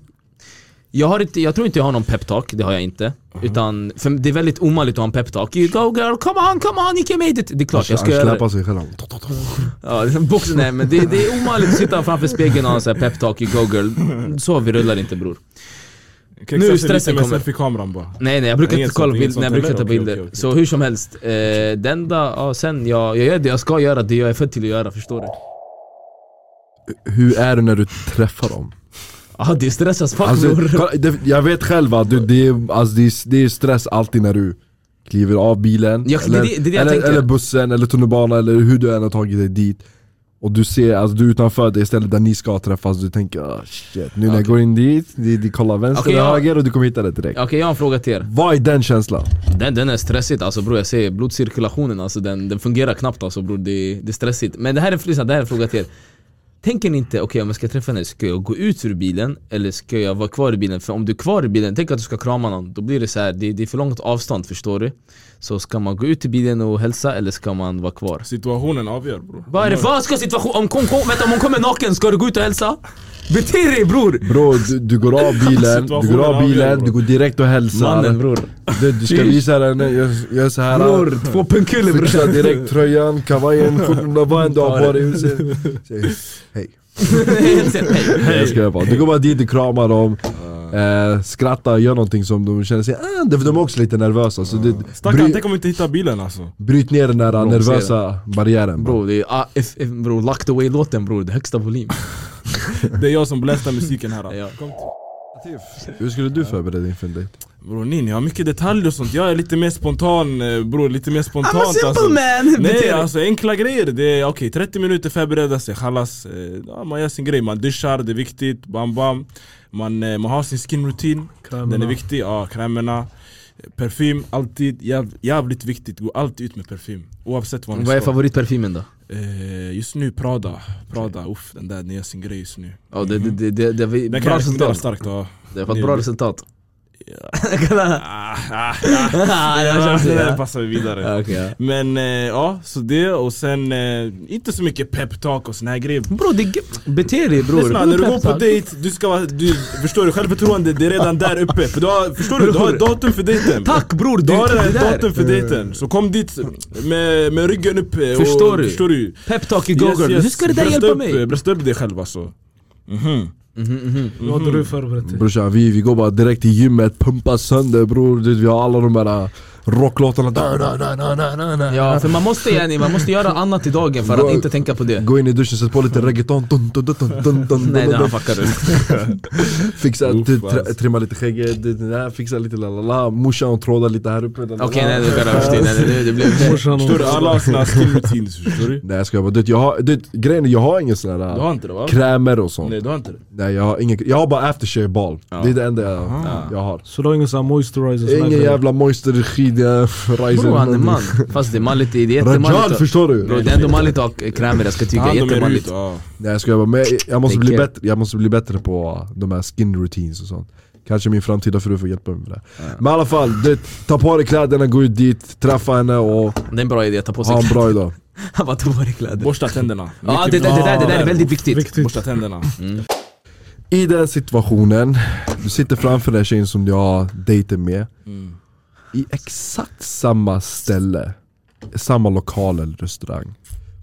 Speaker 3: Jag, har inte, jag tror inte jag har någon peptalk, det har jag inte. Utan, för det är väldigt omanligt att ha en peptalk. You go girl, come on, come on, you can make it! Det är klart jag
Speaker 1: Han
Speaker 3: ska göra det.
Speaker 1: släpar sig själv.
Speaker 3: Ja, box, nej, men det, det är omanligt att sitta framför spegeln och ha en sån här peptalk, you go girl. Så vi rullar inte bror.
Speaker 2: Kan
Speaker 3: Nu
Speaker 2: nu
Speaker 3: stressen
Speaker 2: stressen med
Speaker 3: kommer.
Speaker 2: selfie-kameran bara.
Speaker 3: Nej nej jag brukar
Speaker 2: Inget
Speaker 3: inte kolla
Speaker 2: sånt,
Speaker 3: på
Speaker 2: inget
Speaker 3: bilder,
Speaker 2: sånt
Speaker 3: nej, jag brukar
Speaker 2: heller?
Speaker 3: inte ta
Speaker 2: Okej,
Speaker 3: bilder.
Speaker 2: okej, okej.
Speaker 3: Så hur som helst, eh, det enda, ja, sen jag, jag gör det jag ska göra, det jag är född till att göra, förstår du?
Speaker 1: Hur är du när du träffar dem?
Speaker 3: Ja det stressas fuck (laughs)
Speaker 1: Alltså,
Speaker 3: bror.
Speaker 1: kolla, det, jag vet själv att du, det, är, alltså, det, är, det är stress alltid när du kliver av bilen,
Speaker 3: Ja, det-
Speaker 1: eller,
Speaker 3: det- det är det jag
Speaker 1: eller,
Speaker 3: tänker.
Speaker 1: eller bussen, eller tunnelbanan, eller hur du än har tagit dig dit och du ser, alltså du är utanför det stället där ni ska träffas, du tänker ah shit, nu när jag går in dit, de, de kollar vänster
Speaker 3: Okej,
Speaker 1: och
Speaker 3: ja.
Speaker 1: höger och du kommer hitta det direkt
Speaker 3: Okej jag har en fråga till er.
Speaker 1: Vad är den känslan?
Speaker 3: Den, den är stressigt alltså bror, jag säger blodcirkulationen alltså den, den fungerar knappt alltså bror, det, det är stressigt. Men det här är, lyssna, det här är en fråga till er. Tänker ni inte, okej om jag ska träffa henne, ska jag gå ut ur bilen eller ska jag vara kvar i bilen? För om du är kvar i bilen, tänk att du ska krama någon, då blir det så här, det, det är för långt avstånd förstår du. Så ska man gå ut i bilen och hälsa eller ska man vara kvar?
Speaker 2: Situationen avgör bror.
Speaker 3: Vad är det för ska situation? Om hon, kom, vänta, om hon kommer naken, ska du gå ut och hälsa? Bete dig bror!
Speaker 1: Bro, du, du går av
Speaker 2: (laughs)
Speaker 1: bilen, du går av
Speaker 2: Situationen avgör,
Speaker 1: bilen,
Speaker 2: bro.
Speaker 1: du går direkt och hälsar
Speaker 3: Mannen bror.
Speaker 1: du, du ska visa den, gör, gör såhär
Speaker 3: Bror, två pungkulor
Speaker 1: Fixa
Speaker 3: bror. (laughs)
Speaker 1: direkt tröjan, kavajen, skjortorna, vad än du har på dig Säg- Hej Nej, jag skojar bara. Du går bara dit, du kramar dem, eh, skrattar, gör någonting som de känner sig, ah, det- för de är också lite nervösa så det,
Speaker 2: Stackarn,
Speaker 1: bry,
Speaker 2: tänk om vi inte hittar bilen alltså.
Speaker 1: Bryt ner den där
Speaker 3: Bro,
Speaker 1: nervösa barriären bro.
Speaker 3: Bror, det är ah, if, if, bro, Locked Away-låten bror, det är högsta
Speaker 2: (laughs)
Speaker 3: volym.
Speaker 2: Det är jag som blästar musiken här. alltså.
Speaker 3: (laughs) Ja.
Speaker 2: Kom till-
Speaker 1: Hur skulle du förbereda inför en dejt?
Speaker 2: Bror ni, ni har mycket detaljer och sånt. Jag är lite mer spontan eh, bror, lite mer spontant alltså.
Speaker 3: man!
Speaker 2: Nej alltså enkla grejer, det är okej 30 minuter förbereda sig, chalas, eh, ja, man gör sin grej, man duschar, det är viktigt, bam bam Man, eh, man har sin skin routine, den är
Speaker 4: Krämerna.
Speaker 2: viktig, ja krämerna eh, Parfym, alltid, jäv, jävligt viktigt, gå alltid ut med parfym Oavsett vad ni
Speaker 3: Vad är
Speaker 2: står.
Speaker 3: favoritparfymen då?
Speaker 2: eh, Just nu Prada, Prada, uff den där, den gör sin grej just nu
Speaker 3: Ja, det, det, det, det, det, det,
Speaker 2: Den kan
Speaker 3: bra
Speaker 2: jag rekommendera
Speaker 3: resultat.
Speaker 2: starkt ja
Speaker 3: Det har fått bra resultat. (laughs) Kolla.
Speaker 2: ah, ah, ah.
Speaker 3: Ah, (laughs) jag
Speaker 2: Ja,
Speaker 3: känner
Speaker 2: det där
Speaker 3: det.
Speaker 2: passar vi vidare
Speaker 3: Ja, okej, ja.
Speaker 2: Men eh, ja, så det och sen eh, inte så mycket peptalk och såna här grejer
Speaker 3: Bror, det är gött. bete dig bror.
Speaker 2: Lyssna, när du går på dejt, du ska vara, du förstår du, självförtroende det är redan där uppe För du har, förstår du, du har ett datum för dejten
Speaker 3: Tack bror, du
Speaker 2: Du har
Speaker 3: det
Speaker 2: redan ett
Speaker 3: där.
Speaker 2: datum för dejten, så kom dit med, med ryggen upp eh, och,
Speaker 3: Förstår du?
Speaker 2: Förstår du?
Speaker 3: Peptalk i Google, hur ska det där
Speaker 2: Brösta
Speaker 3: hjälpa
Speaker 2: upp, eh,
Speaker 3: mig?
Speaker 2: Brösta upp dig själv alltså Mhm.
Speaker 4: Vad hade du förberett dig?
Speaker 1: Brorsan vi, vi går bara direkt till gymmet, pumpar sönder bror, Du vet, vi har alla de där rocklåtarna Da, da, da, da, da, da, da.
Speaker 3: Ja, för man måste yani, man måste göra annat i dagen för att
Speaker 1: Bro.
Speaker 3: inte tänka på det.
Speaker 1: Gå in i duschen, sätt på lite reggaeton, dun, dun, dun, dun, dun, dun,
Speaker 3: Nej,
Speaker 1: dun,
Speaker 3: den här
Speaker 1: dun.
Speaker 3: fuckar du.
Speaker 2: (laughs)
Speaker 1: fixa,
Speaker 2: Uff,
Speaker 1: tri- tri-
Speaker 2: alltså.
Speaker 1: trimma lite skägget, det- det där, fixa lite lalala, morsan hon trådar lite här uppe lalala.
Speaker 3: Okej, nej, det är överstyr. Nej, nej, det blev...
Speaker 4: (laughs) Morsan
Speaker 2: Förstår du?
Speaker 4: och...
Speaker 2: Alla har sina skin routines, förstår du?
Speaker 1: Nej jag skojar bara, du vet, jag har, du vet, grejen är jag har ingen sån
Speaker 2: Du
Speaker 1: här
Speaker 2: har inte det va?
Speaker 1: krämer och sånt
Speaker 2: Nej du har inte det?
Speaker 1: Nej jag har ingen, jag har bara aftershave ball. Det är det enda jag, jag har.
Speaker 4: Så du har ingen sån här moisturizer? sån här
Speaker 1: Ingen
Speaker 4: grej?
Speaker 1: jävla moister skid, jag riser
Speaker 3: Bror han är man. Fast det är manligt, det är jättemanligt.
Speaker 1: Rajal
Speaker 3: att-
Speaker 1: förstår du?
Speaker 3: Bro, det är ändå manligt att ha krämer, jag ska
Speaker 2: Ta
Speaker 3: tycka.
Speaker 2: hand om er ut,
Speaker 3: Jättemanligt.
Speaker 2: ja
Speaker 1: Nej jag skojar bara, men jag, jag, måste
Speaker 3: Take
Speaker 1: bli
Speaker 3: care.
Speaker 1: bättre, jag måste bli bättre på de här skin routines och sånt Kanske min framtida fru får hjälpa mig med det Men i alla fall, du, vet, ta på dig kläderna, gå ut dit, träffa henne och
Speaker 3: Det är en bra idé att ta på sig
Speaker 1: ha en
Speaker 3: kläder.
Speaker 1: bra idag
Speaker 3: (laughs) Han bara, ta på dig kläder.
Speaker 2: Borsta tänderna
Speaker 3: Ja, det, Mm.
Speaker 2: Mycket
Speaker 3: det, det, där, det där är väldigt viktigt.
Speaker 4: Viktigt.
Speaker 2: Borsta tänderna
Speaker 1: I den situationen, du sitter framför den här tjejen som du har dejter med
Speaker 2: Mm.
Speaker 1: I exakt samma ställe, samma lokal eller restaurang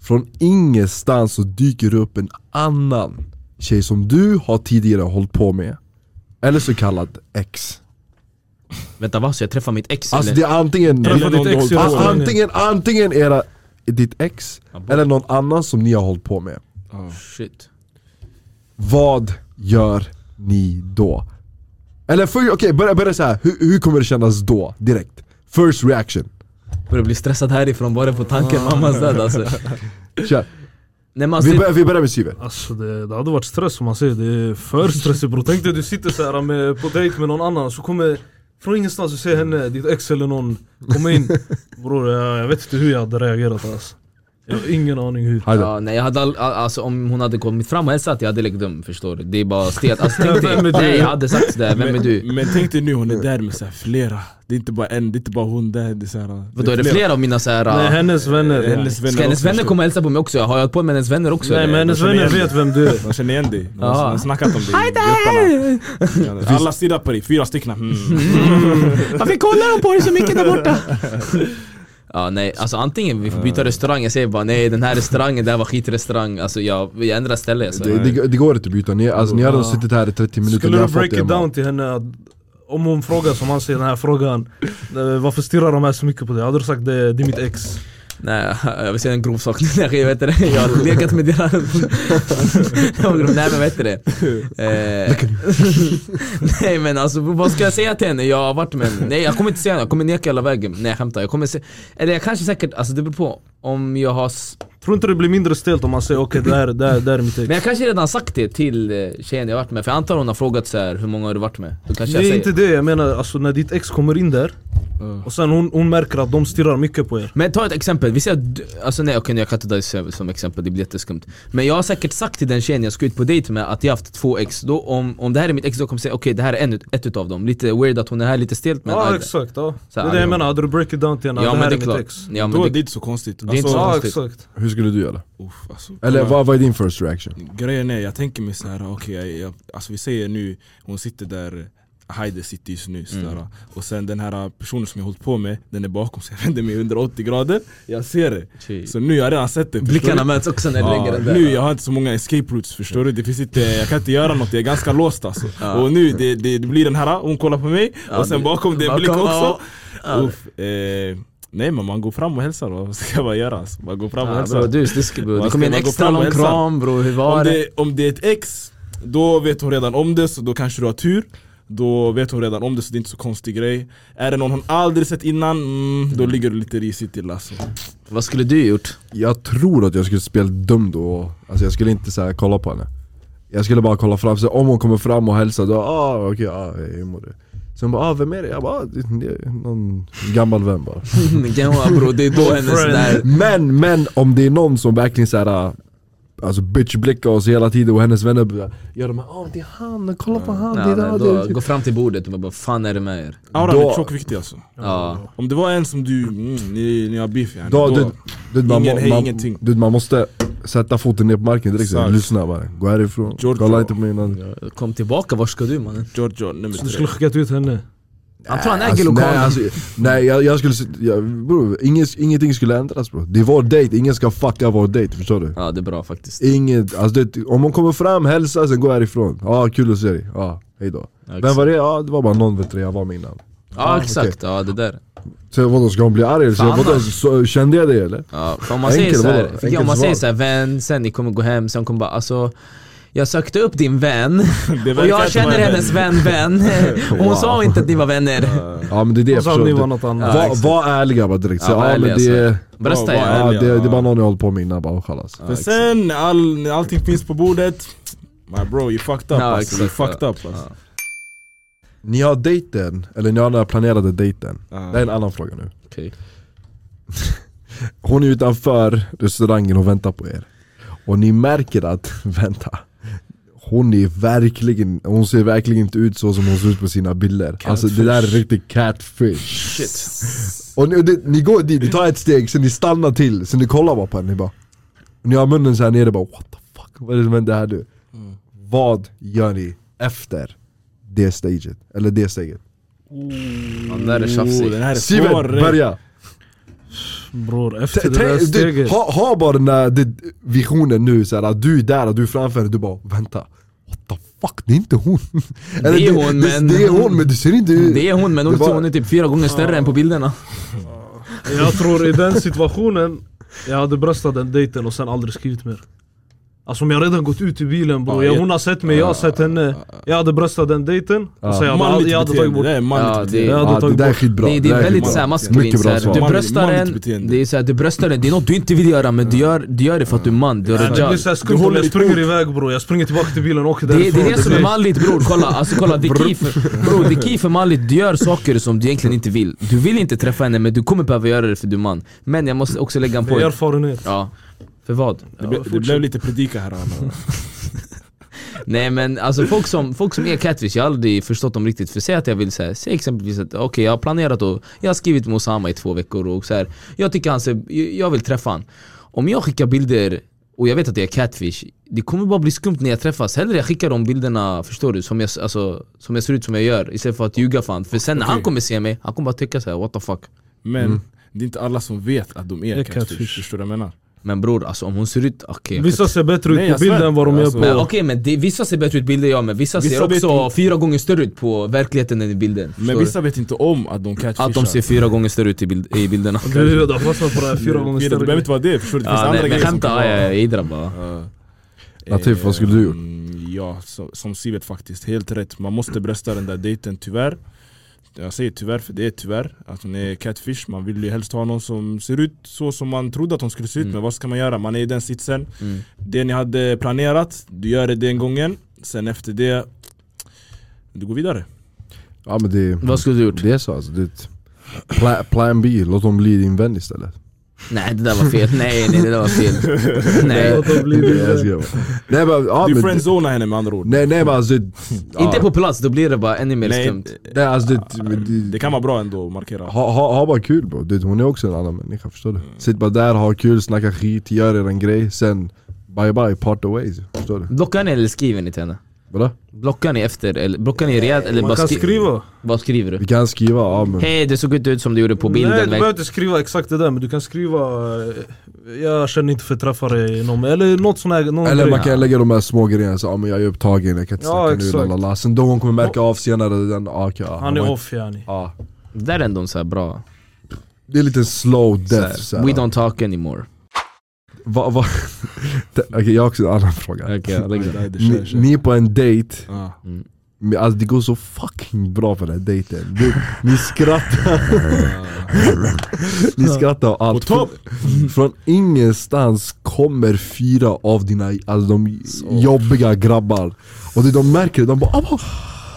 Speaker 1: Från ingenstans så dyker det upp en annan tjej som du har tidigare hållit på med Eller så kallad ex
Speaker 3: Vänta, vad? Så jag träffar mitt ex
Speaker 1: Alltså
Speaker 3: eller?
Speaker 1: det är antingen,
Speaker 4: Träffa
Speaker 2: Eller någon
Speaker 4: ditt ex
Speaker 2: du hållit
Speaker 4: i
Speaker 2: på
Speaker 1: a-
Speaker 4: restaurangen.
Speaker 1: antingen, antingen era, ditt ex eller någon annan som ni har hållit på med
Speaker 3: Shit.
Speaker 1: Vad gör ni då? Eller för- okej, börja, börja så här. Hur, hur kommer det kännas då? Direkt. First reaction.
Speaker 3: Börjar bli stressad härifrån bara på tanken mammas död alltså.
Speaker 1: Kör.
Speaker 3: Nej men
Speaker 1: Vi,
Speaker 3: alltså,
Speaker 1: börjar, vi börjar med Syver.
Speaker 4: Alltså det, det hade varit stress om man säger det är för stressigt bror Tänk dig du sitter så här med, på dejt med någon annan så kommer från ingenstans
Speaker 1: (laughs)
Speaker 4: du ser henne, ditt ex eller någon komma in Bror jag, jag vet inte hur jag hade reagerat alltså. Jag har ingen aning hur.
Speaker 1: Hajde.
Speaker 3: Ja, nej, jag hade all, all, alltså, om hon hade kommit fram och hälsat, jag hade lagt dum förstår du. Det är bara stelt. Alltså, tänk dig,
Speaker 4: Vem är du?
Speaker 3: nej, jag hade sagt sådär, vem är
Speaker 2: men, (laughs)
Speaker 3: du?
Speaker 2: men tänk dig nu, hon är där med så här flera. Det är inte bara en, det är inte bara hon där. Det är så här,
Speaker 3: Vadå är det flera av mina
Speaker 4: Nej,
Speaker 3: såhär...
Speaker 4: hennes vänner.
Speaker 2: Hennes vänner
Speaker 3: Ska hennes
Speaker 2: också,
Speaker 3: vänner
Speaker 2: förstår
Speaker 3: komma och hälsa på mig också? Har jag hållit på med hennes vänner också?
Speaker 4: Nej,
Speaker 3: eller?
Speaker 4: men hennes
Speaker 2: Jag känner
Speaker 4: vänner
Speaker 2: igen
Speaker 4: vet vem du är.
Speaker 2: du? De känner igen dig. De
Speaker 3: Ja.
Speaker 2: har snackat om dig i grupperna. Ja, Alla stirrar på dig, fyra stycken. Mm.
Speaker 3: Varför kollar de på dig så mycket där borta? Ja nej, alltså antingen vi får byta restaurang, jag säger bara nej den här restaurangen, det här var skitrestaurang Alltså jag, jag ändrar ställe alltså.
Speaker 1: Det, det, det går inte att byta, ni, alltså, ni har redan
Speaker 4: Ja.
Speaker 1: suttit här i 30 minuter ni
Speaker 4: Skulle
Speaker 1: har
Speaker 4: du
Speaker 1: fått
Speaker 4: break
Speaker 1: det
Speaker 4: it
Speaker 1: hemma.
Speaker 4: down till henne att om hon frågar som han säger den här frågan eh, Varför stirrar de här så mycket på dig? Hade du sagt det, det är mitt ex?
Speaker 3: Nej (laughs) jag vill säga en grov sak, (laughs) nej jag vet det, jag har legat med (laughs) dina... nej men vet du det? Eh, (laughs) nej men alltså vad ska jag säga till henne? Jag har varit med henne. Nej jag kommer inte säga något, jag kommer neka hela vägen. Nej jag skämtar, jag kommer se... Eller jag kanske säkert, alltså det beror på om jag har... s-
Speaker 4: Tror inte det blir mindre stelt om man säger okej det, här, det, här, det här är mitt ex?
Speaker 3: Men jag kanske redan sagt det till eh, tjejen jag varit med, för jag antar hon har frågat så här, hur många har du varit med? Då kanske jag
Speaker 4: det är
Speaker 3: säger...
Speaker 4: inte det jag menar, alltså när ditt ex kommer in där och sen hon, hon märker att de stirrar mycket på er
Speaker 3: Men ta ett exempel, vi säger att du- alltså nej okej jag kan inte ta det som- som exempel, det blir jätteskumt Men jag har säkert sagt till den tjejen jag ska ut på dejt med att jag haft två ex då, om, om det här är mitt ex då kommer jag säga okej det här är en, ut- ett utav dem Lite weird att hon är här, lite stelt men
Speaker 4: Ja
Speaker 3: aj,
Speaker 4: exakt, ja. det
Speaker 3: Så här,
Speaker 4: är det
Speaker 3: ja.
Speaker 4: jag menar, hade du break it down till henne,
Speaker 3: ja,
Speaker 4: det
Speaker 3: men
Speaker 4: här
Speaker 3: det
Speaker 4: är
Speaker 3: är
Speaker 4: mitt
Speaker 3: klart
Speaker 4: ex
Speaker 3: ja, men
Speaker 2: Då är
Speaker 3: det,
Speaker 2: det inte så konstigt. Alltså,
Speaker 3: är inte så
Speaker 4: Ja
Speaker 3: konstigt.
Speaker 4: exakt
Speaker 1: Hur skulle du göra?
Speaker 2: Uff, alltså,
Speaker 1: Eller
Speaker 2: kolla.
Speaker 1: vad, vad är din first reaction?
Speaker 2: Grejen är, jag tänker mig såhär, okej, jag- jag- alltså vi säger nu, hon sitter där Heide sitter just nu
Speaker 3: Mm.
Speaker 2: sådär, och sen den här personen som jag hållit på med, den är bakom så jag vänder mig 180 grader, jag ser det.
Speaker 3: Shit.
Speaker 2: Så nu har jag redan sett det. förstår
Speaker 3: Blickarna
Speaker 2: du?
Speaker 3: möts också när jag
Speaker 2: Ja,
Speaker 3: lägger den där
Speaker 2: nu jag har inte så många escape routes förstår du, det finns inte, jag kan inte göra något, jag är ganska låst alltså.
Speaker 3: Ja.
Speaker 2: Och nu det, det, det blir den här, hon kollar på mig,
Speaker 3: Ja,
Speaker 2: och sen
Speaker 3: det-
Speaker 2: bakom det är en blick
Speaker 3: bakom,
Speaker 2: också.
Speaker 3: ja.
Speaker 2: Uff, eh, nej men man går fram och hälsar, (laughs) vad ska man göra? Alltså? Man går fram och
Speaker 3: Ja,
Speaker 2: hälsar.
Speaker 3: bro, du är snuskig bro,
Speaker 2: Man
Speaker 3: det
Speaker 2: ska
Speaker 3: kom en
Speaker 2: bara gå
Speaker 3: extra
Speaker 2: fram
Speaker 3: lång
Speaker 2: och hälsa.
Speaker 3: kram bro, hur
Speaker 2: Om
Speaker 3: var det? (laughs)
Speaker 2: det, om det är ett ex, då vet hon redan om det så då kanske du har tur Då vet hon redan om det så det är inte så konstig grej Är det någon hon aldrig sett innan, mm, då ligger du lite risigt till alltså
Speaker 3: Vad skulle du gjort?
Speaker 1: Jag tror att jag skulle spela dum då, alltså jag skulle inte så här, kolla på henne Jag skulle bara kolla fram, så om hon kommer fram och hälsar då, ah okej, ah, hej, hur mår du? Sen bara, ah vem är det? Jag bara, ah, det det är någon gammal vän bara
Speaker 3: Gamla bro, det är då hennes
Speaker 4: Friend.
Speaker 3: där
Speaker 1: Men, men om det är någon som verkligen såhär Alltså bitchblickar oss hela tiden och hennes vänner bara gör de här ah det är han, kolla på han,
Speaker 3: ja,
Speaker 1: det är
Speaker 3: nej,
Speaker 1: han,
Speaker 3: då,
Speaker 1: det
Speaker 3: Gå fram till bordet och bara, vad fan är det med er?
Speaker 2: Auran
Speaker 1: Då-
Speaker 2: är tjockviktig alltså
Speaker 3: Ja,
Speaker 2: Om det var en som du, mm, ni, ni har beef yani,
Speaker 1: då, du, du, man,
Speaker 2: Ingen, hej,
Speaker 1: man,
Speaker 2: ingenting.
Speaker 1: du, man måste sätta foten ner på marken direkt,
Speaker 2: Exakt.
Speaker 1: lyssna bara, gå härifrån,
Speaker 2: Giorgio.
Speaker 1: kolla inte på mig innan
Speaker 3: kom tillbaka, var ska du mannen?
Speaker 2: Giorgio nummer
Speaker 4: Du skulle
Speaker 2: tre
Speaker 4: skickat ut henne?
Speaker 3: Han tror han äger
Speaker 1: Alltså, nej,
Speaker 3: lokalen
Speaker 1: alltså, nej jag, jag skulle, sit- jag, bro, inget, ingenting skulle ändras bro Det är vår dejt, ingen ska fucka vår dejt, förstår du?
Speaker 3: Ja det är bra faktiskt
Speaker 1: Inget, alltså det, om hon kommer fram, hälsa, sen gå härifrån, ja ah, kul att se dig, ja ah, hejdå Vem var det? Ja ah, det var bara någon vet du, jag var med innan
Speaker 3: Ja exakt, ja det där.
Speaker 1: Så vadå, ska hon bli arg? Så,
Speaker 3: Fan,
Speaker 1: vadå,
Speaker 3: annars.
Speaker 1: så, kände jag dig eller?
Speaker 3: Ja, för om man
Speaker 1: Enkel,
Speaker 3: säger såhär,
Speaker 1: vadå?
Speaker 3: fick jag- om man
Speaker 1: Enkelt
Speaker 3: säger
Speaker 1: svar.
Speaker 3: såhär vän, sen ni kommer gå hem, sen kommer bara alltså jag sökte upp
Speaker 1: (laughs)
Speaker 3: din vän
Speaker 2: Det
Speaker 3: och
Speaker 2: verkar
Speaker 3: jag
Speaker 2: inte vara
Speaker 3: känner
Speaker 2: en
Speaker 3: hennes vän vän och hon
Speaker 1: Wow.
Speaker 3: sa inte att ni
Speaker 1: (laughs)
Speaker 3: var vänner. (laughs)
Speaker 1: Ja men det är det
Speaker 4: Och
Speaker 1: jag
Speaker 4: så hade ni var
Speaker 1: försöker
Speaker 4: något annat
Speaker 1: Var, var ärliga bara direkt,
Speaker 3: Ja,
Speaker 1: ja,
Speaker 3: var
Speaker 1: ja
Speaker 3: ärliga, alltså.
Speaker 1: men det, är-
Speaker 3: Brösta
Speaker 2: Ja,
Speaker 3: er.
Speaker 2: vad är-
Speaker 1: ja,
Speaker 2: Ärliga,
Speaker 1: det, det är
Speaker 2: ja.
Speaker 1: bara någon jag håller på med innan bara och chalas
Speaker 2: För sen när all, när allting finns på bordet My bro you fucked up
Speaker 3: Ja,
Speaker 2: alltså, you
Speaker 3: exakt, ja.
Speaker 2: fucked up alltså.
Speaker 1: Ni har dejten, eller ni har den här planerade dejten Det är en annan fråga nu
Speaker 3: Okej.
Speaker 1: Hon är utanför restaurangen och väntar på er Och ni märker att, (laughs) vänta Hon är verkligen, hon ser verkligen inte ut så som hon ser ut på sina bilder Alltså det där är riktigt catfish
Speaker 3: Shit.
Speaker 1: Och ni, ni, ni går dit, ni tar ett steg, sen ni stannar till, sen ni kollar bara på henne, ni bara Ni har munnen så här nere bara what the fuck, vad är det som händer här nu?
Speaker 2: Mm.
Speaker 1: Vad gör ni efter det staget? Eller det steget?
Speaker 3: Den där
Speaker 1: Mm.
Speaker 3: är
Speaker 2: Oh,
Speaker 3: tjafsig.
Speaker 2: den här är
Speaker 1: Steven,
Speaker 2: svår
Speaker 1: börja!
Speaker 4: Bror,
Speaker 1: T-
Speaker 4: efter det där
Speaker 1: tänk- Du,
Speaker 4: steget
Speaker 1: ha, ha bara den där det- visionen nu, så här, att du är där och du är framför henne, du bara vänta What the fuck, det är inte hon! (laughs) Eller,
Speaker 3: Det är hon,
Speaker 1: det,
Speaker 3: men-
Speaker 1: Det är hon men du ser inte ut...
Speaker 3: Det är hon men
Speaker 1: Mm. Det
Speaker 3: hon,
Speaker 1: var-
Speaker 3: hon är typ fyra gånger större än på bilderna.
Speaker 4: Jag tror i den situationen, jag hade bröstat den dejten och sen aldrig skrivit mer Alltså om jag redan gått ut i bilen bro,
Speaker 2: Ja,
Speaker 4: jag,
Speaker 2: jag-
Speaker 4: hon har sett mig, jag har sett henne Jag hade bröstat den dejten, och så jag hade,
Speaker 2: Manligt
Speaker 4: jag hade tagit
Speaker 2: beteende,
Speaker 4: bort
Speaker 2: det är
Speaker 3: Ja, det-
Speaker 2: manligt beteende.
Speaker 4: hade
Speaker 1: Ja, det
Speaker 4: tagit
Speaker 1: där är
Speaker 4: bort.
Speaker 1: skitbra.
Speaker 3: det, det
Speaker 1: där
Speaker 3: är väldigt
Speaker 1: skitbra.
Speaker 3: såhär
Speaker 1: Mycket
Speaker 3: maskulint,
Speaker 1: bra
Speaker 3: såhär,
Speaker 1: svar.
Speaker 3: du
Speaker 2: Manligt-
Speaker 3: bröstar
Speaker 2: manligt
Speaker 3: den,
Speaker 2: beteende.
Speaker 3: det är såhär, du bröstar den, det är något du inte vill göra men du gör, du gör det för att du är man, du är
Speaker 4: Nej, Det blir
Speaker 3: rajal
Speaker 4: såhär
Speaker 2: Du
Speaker 4: skumt om
Speaker 2: håller
Speaker 4: jag
Speaker 2: ditt
Speaker 4: springer
Speaker 2: ord.
Speaker 4: iväg bro, jag springer tillbaka till bilen och åker
Speaker 3: det,
Speaker 4: därifrån
Speaker 3: det är det som är
Speaker 4: blir-
Speaker 3: manligt bror, kolla, alltså, kolla det är för, bro, det är key för manligt, du gör saker som du egentligen inte vill Du vill inte träffa henne men du kommer behöva göra det för du är man Men jag måste också lägga en
Speaker 4: Det är
Speaker 3: poäng
Speaker 4: erfarenhet
Speaker 3: Ja, för vad?
Speaker 2: Det, ble, det blev lite predika här alla.
Speaker 3: Nej men alltså folk som, folk som är catfish, jag har aldrig förstått dem riktigt. För säg att jag vill säga, säg exempelvis att okej jag har planerat och jag har skrivit med Osama i två veckor och så här, jag tycker han ser, jag vill träffa han. Om jag skickar bilder och jag vet att det är catfish, det kommer bara bli skumt när jag träffas. Hellre jag skickar de bilderna, förstår du, som jag, alltså, som jag ser ut som jag gör istället för att ljuga för han. För sen när han
Speaker 2: Okej.
Speaker 3: kommer se mig, han kommer bara tycka såhär what the fuck.
Speaker 2: Men det är inte alla som vet att de
Speaker 4: Det är
Speaker 2: är
Speaker 4: catfish.
Speaker 2: catfish, förstår du vad jag menar?
Speaker 3: Men bror alltså om hon ser ut, okej. jag
Speaker 4: Vissa ser bättre
Speaker 2: Nej,
Speaker 4: ut på
Speaker 2: jag
Speaker 4: bilden
Speaker 2: svär.
Speaker 4: än vad de är
Speaker 2: Alltså,
Speaker 4: på
Speaker 3: men okej men det, vissa ser bättre ut i bilder ja men vissa,
Speaker 2: Vissa
Speaker 3: ser
Speaker 2: vet
Speaker 3: också fyra gånger större ut på verkligheten än i bilden.
Speaker 2: Men
Speaker 3: förstår du?
Speaker 2: vissa vet inte om att de catfishar.
Speaker 3: Att de ser fyra gånger större ut i, bild, i bilderna.
Speaker 4: Du du har fastnat på det här fyra gånger
Speaker 2: Det Mm. behöver
Speaker 4: större
Speaker 2: inte vara det, förstår du? Det finns
Speaker 3: Ja,
Speaker 2: andra
Speaker 3: nej, men
Speaker 2: grejer som
Speaker 3: skämta,
Speaker 2: kan
Speaker 3: ja,
Speaker 2: vara...
Speaker 3: jag idrar bara.
Speaker 2: Ja.
Speaker 1: Latif, vad skulle du gjort?
Speaker 2: Mm, Ja, så, som Sivet faktiskt, helt rätt. Man måste brösta den där dejten tyvärr. Jag säger tyvärr för det är tyvärr, att hon är catfish. Man vill ju helst ha någon som ser ut så som man trodde att hon skulle se ut.
Speaker 3: Mm.
Speaker 2: Men vad ska man göra? Man är i den sitsen.
Speaker 3: Mm.
Speaker 2: Det ni hade planerat, du gör det den gången. Sen efter det, du går vidare.
Speaker 1: Ja men det,
Speaker 3: Vad skulle du gjort?
Speaker 1: det är så alltså. Det, pla, plan B, låt dem bli din vän (laughs) istället.
Speaker 3: Nej det där var fel, nej nej det där var fel. Nej,
Speaker 1: Jag skojar bara. nej men, ja,
Speaker 2: Du
Speaker 1: men
Speaker 2: friendzonar henne med andra ord.
Speaker 1: Nej nej men alltså, ja,
Speaker 3: inte på plats, då blir det bara ännu mer
Speaker 2: Nej,
Speaker 3: skumt.
Speaker 1: nej, alltså det, men
Speaker 2: Det kan vara bra ändå att markera.
Speaker 1: Ha, ha, ha bara kul bro, det, hon är också en annan människa förstår du? Sitt bara där, ha kul, snacka skit, gör er en grej, sen bye bye, part the ways Förstår du?
Speaker 3: Blockar ni eller skriver ni till henne?
Speaker 1: Vadå?
Speaker 3: Blockar ni efter, eller blockar ni rejält eller
Speaker 4: Man
Speaker 3: bara
Speaker 4: kan
Speaker 3: skri-
Speaker 4: skriva
Speaker 3: Vad skriver du?
Speaker 1: Vi kan skriva, ja men
Speaker 3: Hej det såg inte ut som du gjorde på
Speaker 4: Nej du
Speaker 3: bilden.
Speaker 4: behöver
Speaker 3: Nej,
Speaker 4: inte skriva exakt det där men du kan skriva eh, Jag känner inte för att träffa dig inom, eller något sån här någon
Speaker 1: Eller
Speaker 4: grej.
Speaker 1: man kan lägga de här små grejerna, så, ah, men jag är upptagen, jag kan inte
Speaker 4: Ja,
Speaker 1: snacka nu,
Speaker 4: exakt.
Speaker 1: lalala. Sen då hon kommer märka av senare, den, ah, okej, ah,
Speaker 4: Han
Speaker 1: var
Speaker 4: är
Speaker 1: inte-
Speaker 4: off yani
Speaker 1: ah.
Speaker 3: det där är ändå en så här bra.
Speaker 1: Det är lite slow death
Speaker 3: Så här, We don't talk anymore.
Speaker 1: Va, va? (laughs) Okej jag har också en annan fråga
Speaker 3: Okej, jag lägger den.
Speaker 2: Nej, det kör,
Speaker 1: ni,
Speaker 2: kör.
Speaker 1: ni är på en dejt,
Speaker 2: Ja.
Speaker 3: Mm.
Speaker 1: men alltså det går så fucking bra på den här dejten Ni, ni skrattar, ni skrattar och allt
Speaker 2: På topp!
Speaker 1: Från ingenstans kommer fyra av dina alltså de jobbiga grabbar Och det de märker det, de bara "Abo,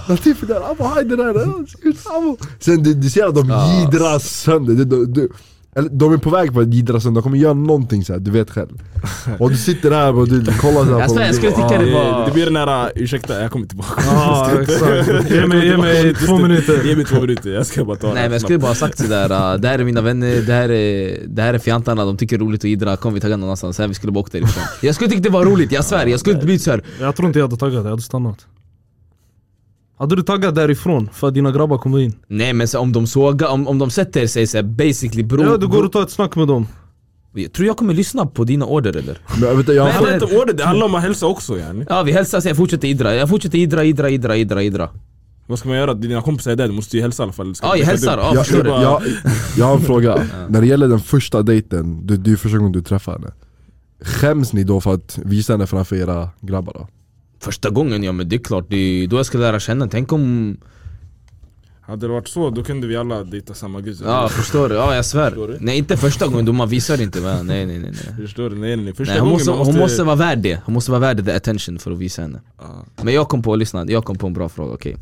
Speaker 1: Latif är där, abo, haj det där, abo. Sen du, du ser att de
Speaker 3: Ja.
Speaker 1: gidrar sönder, du, du, du, eller, de är på väg på att gidra sönder, de kommer göra någonting så här, du vet själv Och du sitter där och du, du kollar såhär
Speaker 3: Jag
Speaker 1: på
Speaker 3: svär, jag
Speaker 1: du
Speaker 3: skulle
Speaker 1: bara,
Speaker 3: tycka
Speaker 1: "Ah."
Speaker 3: det var...
Speaker 2: Det blir den här, uh, ursäkta jag kommer tillbaka.
Speaker 4: Ja
Speaker 2: (laughs)
Speaker 4: exakt, ge mig, ge mig två minuter
Speaker 2: Ge mig två minuter, jag ska bara ta
Speaker 3: Nej men jag
Speaker 2: här
Speaker 3: skulle
Speaker 2: snabbt.
Speaker 3: bara ha sagt sådär, uh, det här är mina vänner, det här är, det här är fjantarna, de tycker det är roligt att idra, kom vi taggar någon annanstans, sen vi skulle bara åkt därifrån
Speaker 2: (laughs)
Speaker 3: Jag skulle tyckt det var roligt, jag svär, jag skulle inte bli såhär
Speaker 4: Jag tror inte jag hade taggat, jag hade stannat Hade du taggat därifrån för att dina grabbar kommer in?
Speaker 3: Nej men så, om de sågar, om, om de sätter sig såhär basically bror
Speaker 4: Ja du går och tar ett snack med dem
Speaker 3: Jag Tror jag kommer lyssna på dina order eller?
Speaker 1: Men vet du, jag har fått-
Speaker 3: Nej,
Speaker 2: Det handlar inte om ordet, det handlar om att hälsa också yani.
Speaker 3: Ja vi hälsar, så jag fortsätter idra, jag fortsätter idra, idra, idra, idra, idra
Speaker 2: Vad ska man göra? Dina kompisar är där, du måste ju hälsa i alla fall. Ska
Speaker 3: Ja
Speaker 2: du-
Speaker 3: jag hälsar, ja
Speaker 1: jag,
Speaker 3: förstår
Speaker 1: jag,
Speaker 3: du?
Speaker 1: jag, jag har en fråga, när det gäller den första dejten, du, det är första gången du träffar henne Skäms ni då för att visa henne framför era grabbar då?
Speaker 3: Första gången ja men det är klart, det är då jag ska lära känna, tänk om...
Speaker 2: Hade det varit så, då kunde vi alla dejta samma gud.
Speaker 3: Ja förstår du, ja jag
Speaker 2: Förstår du?
Speaker 3: svär Nej inte första gången, då man visar inte, men nej nej nej, nej.
Speaker 2: Förstår du? Nej nej, nej. första
Speaker 3: Nej, hon,
Speaker 2: gången
Speaker 3: måste,
Speaker 2: man
Speaker 3: hon måste vara värd det, hon måste vara värd the attention för att visa henne
Speaker 2: Ja.
Speaker 3: Men jag kom på, lyssna, jag kom på en bra fråga, okej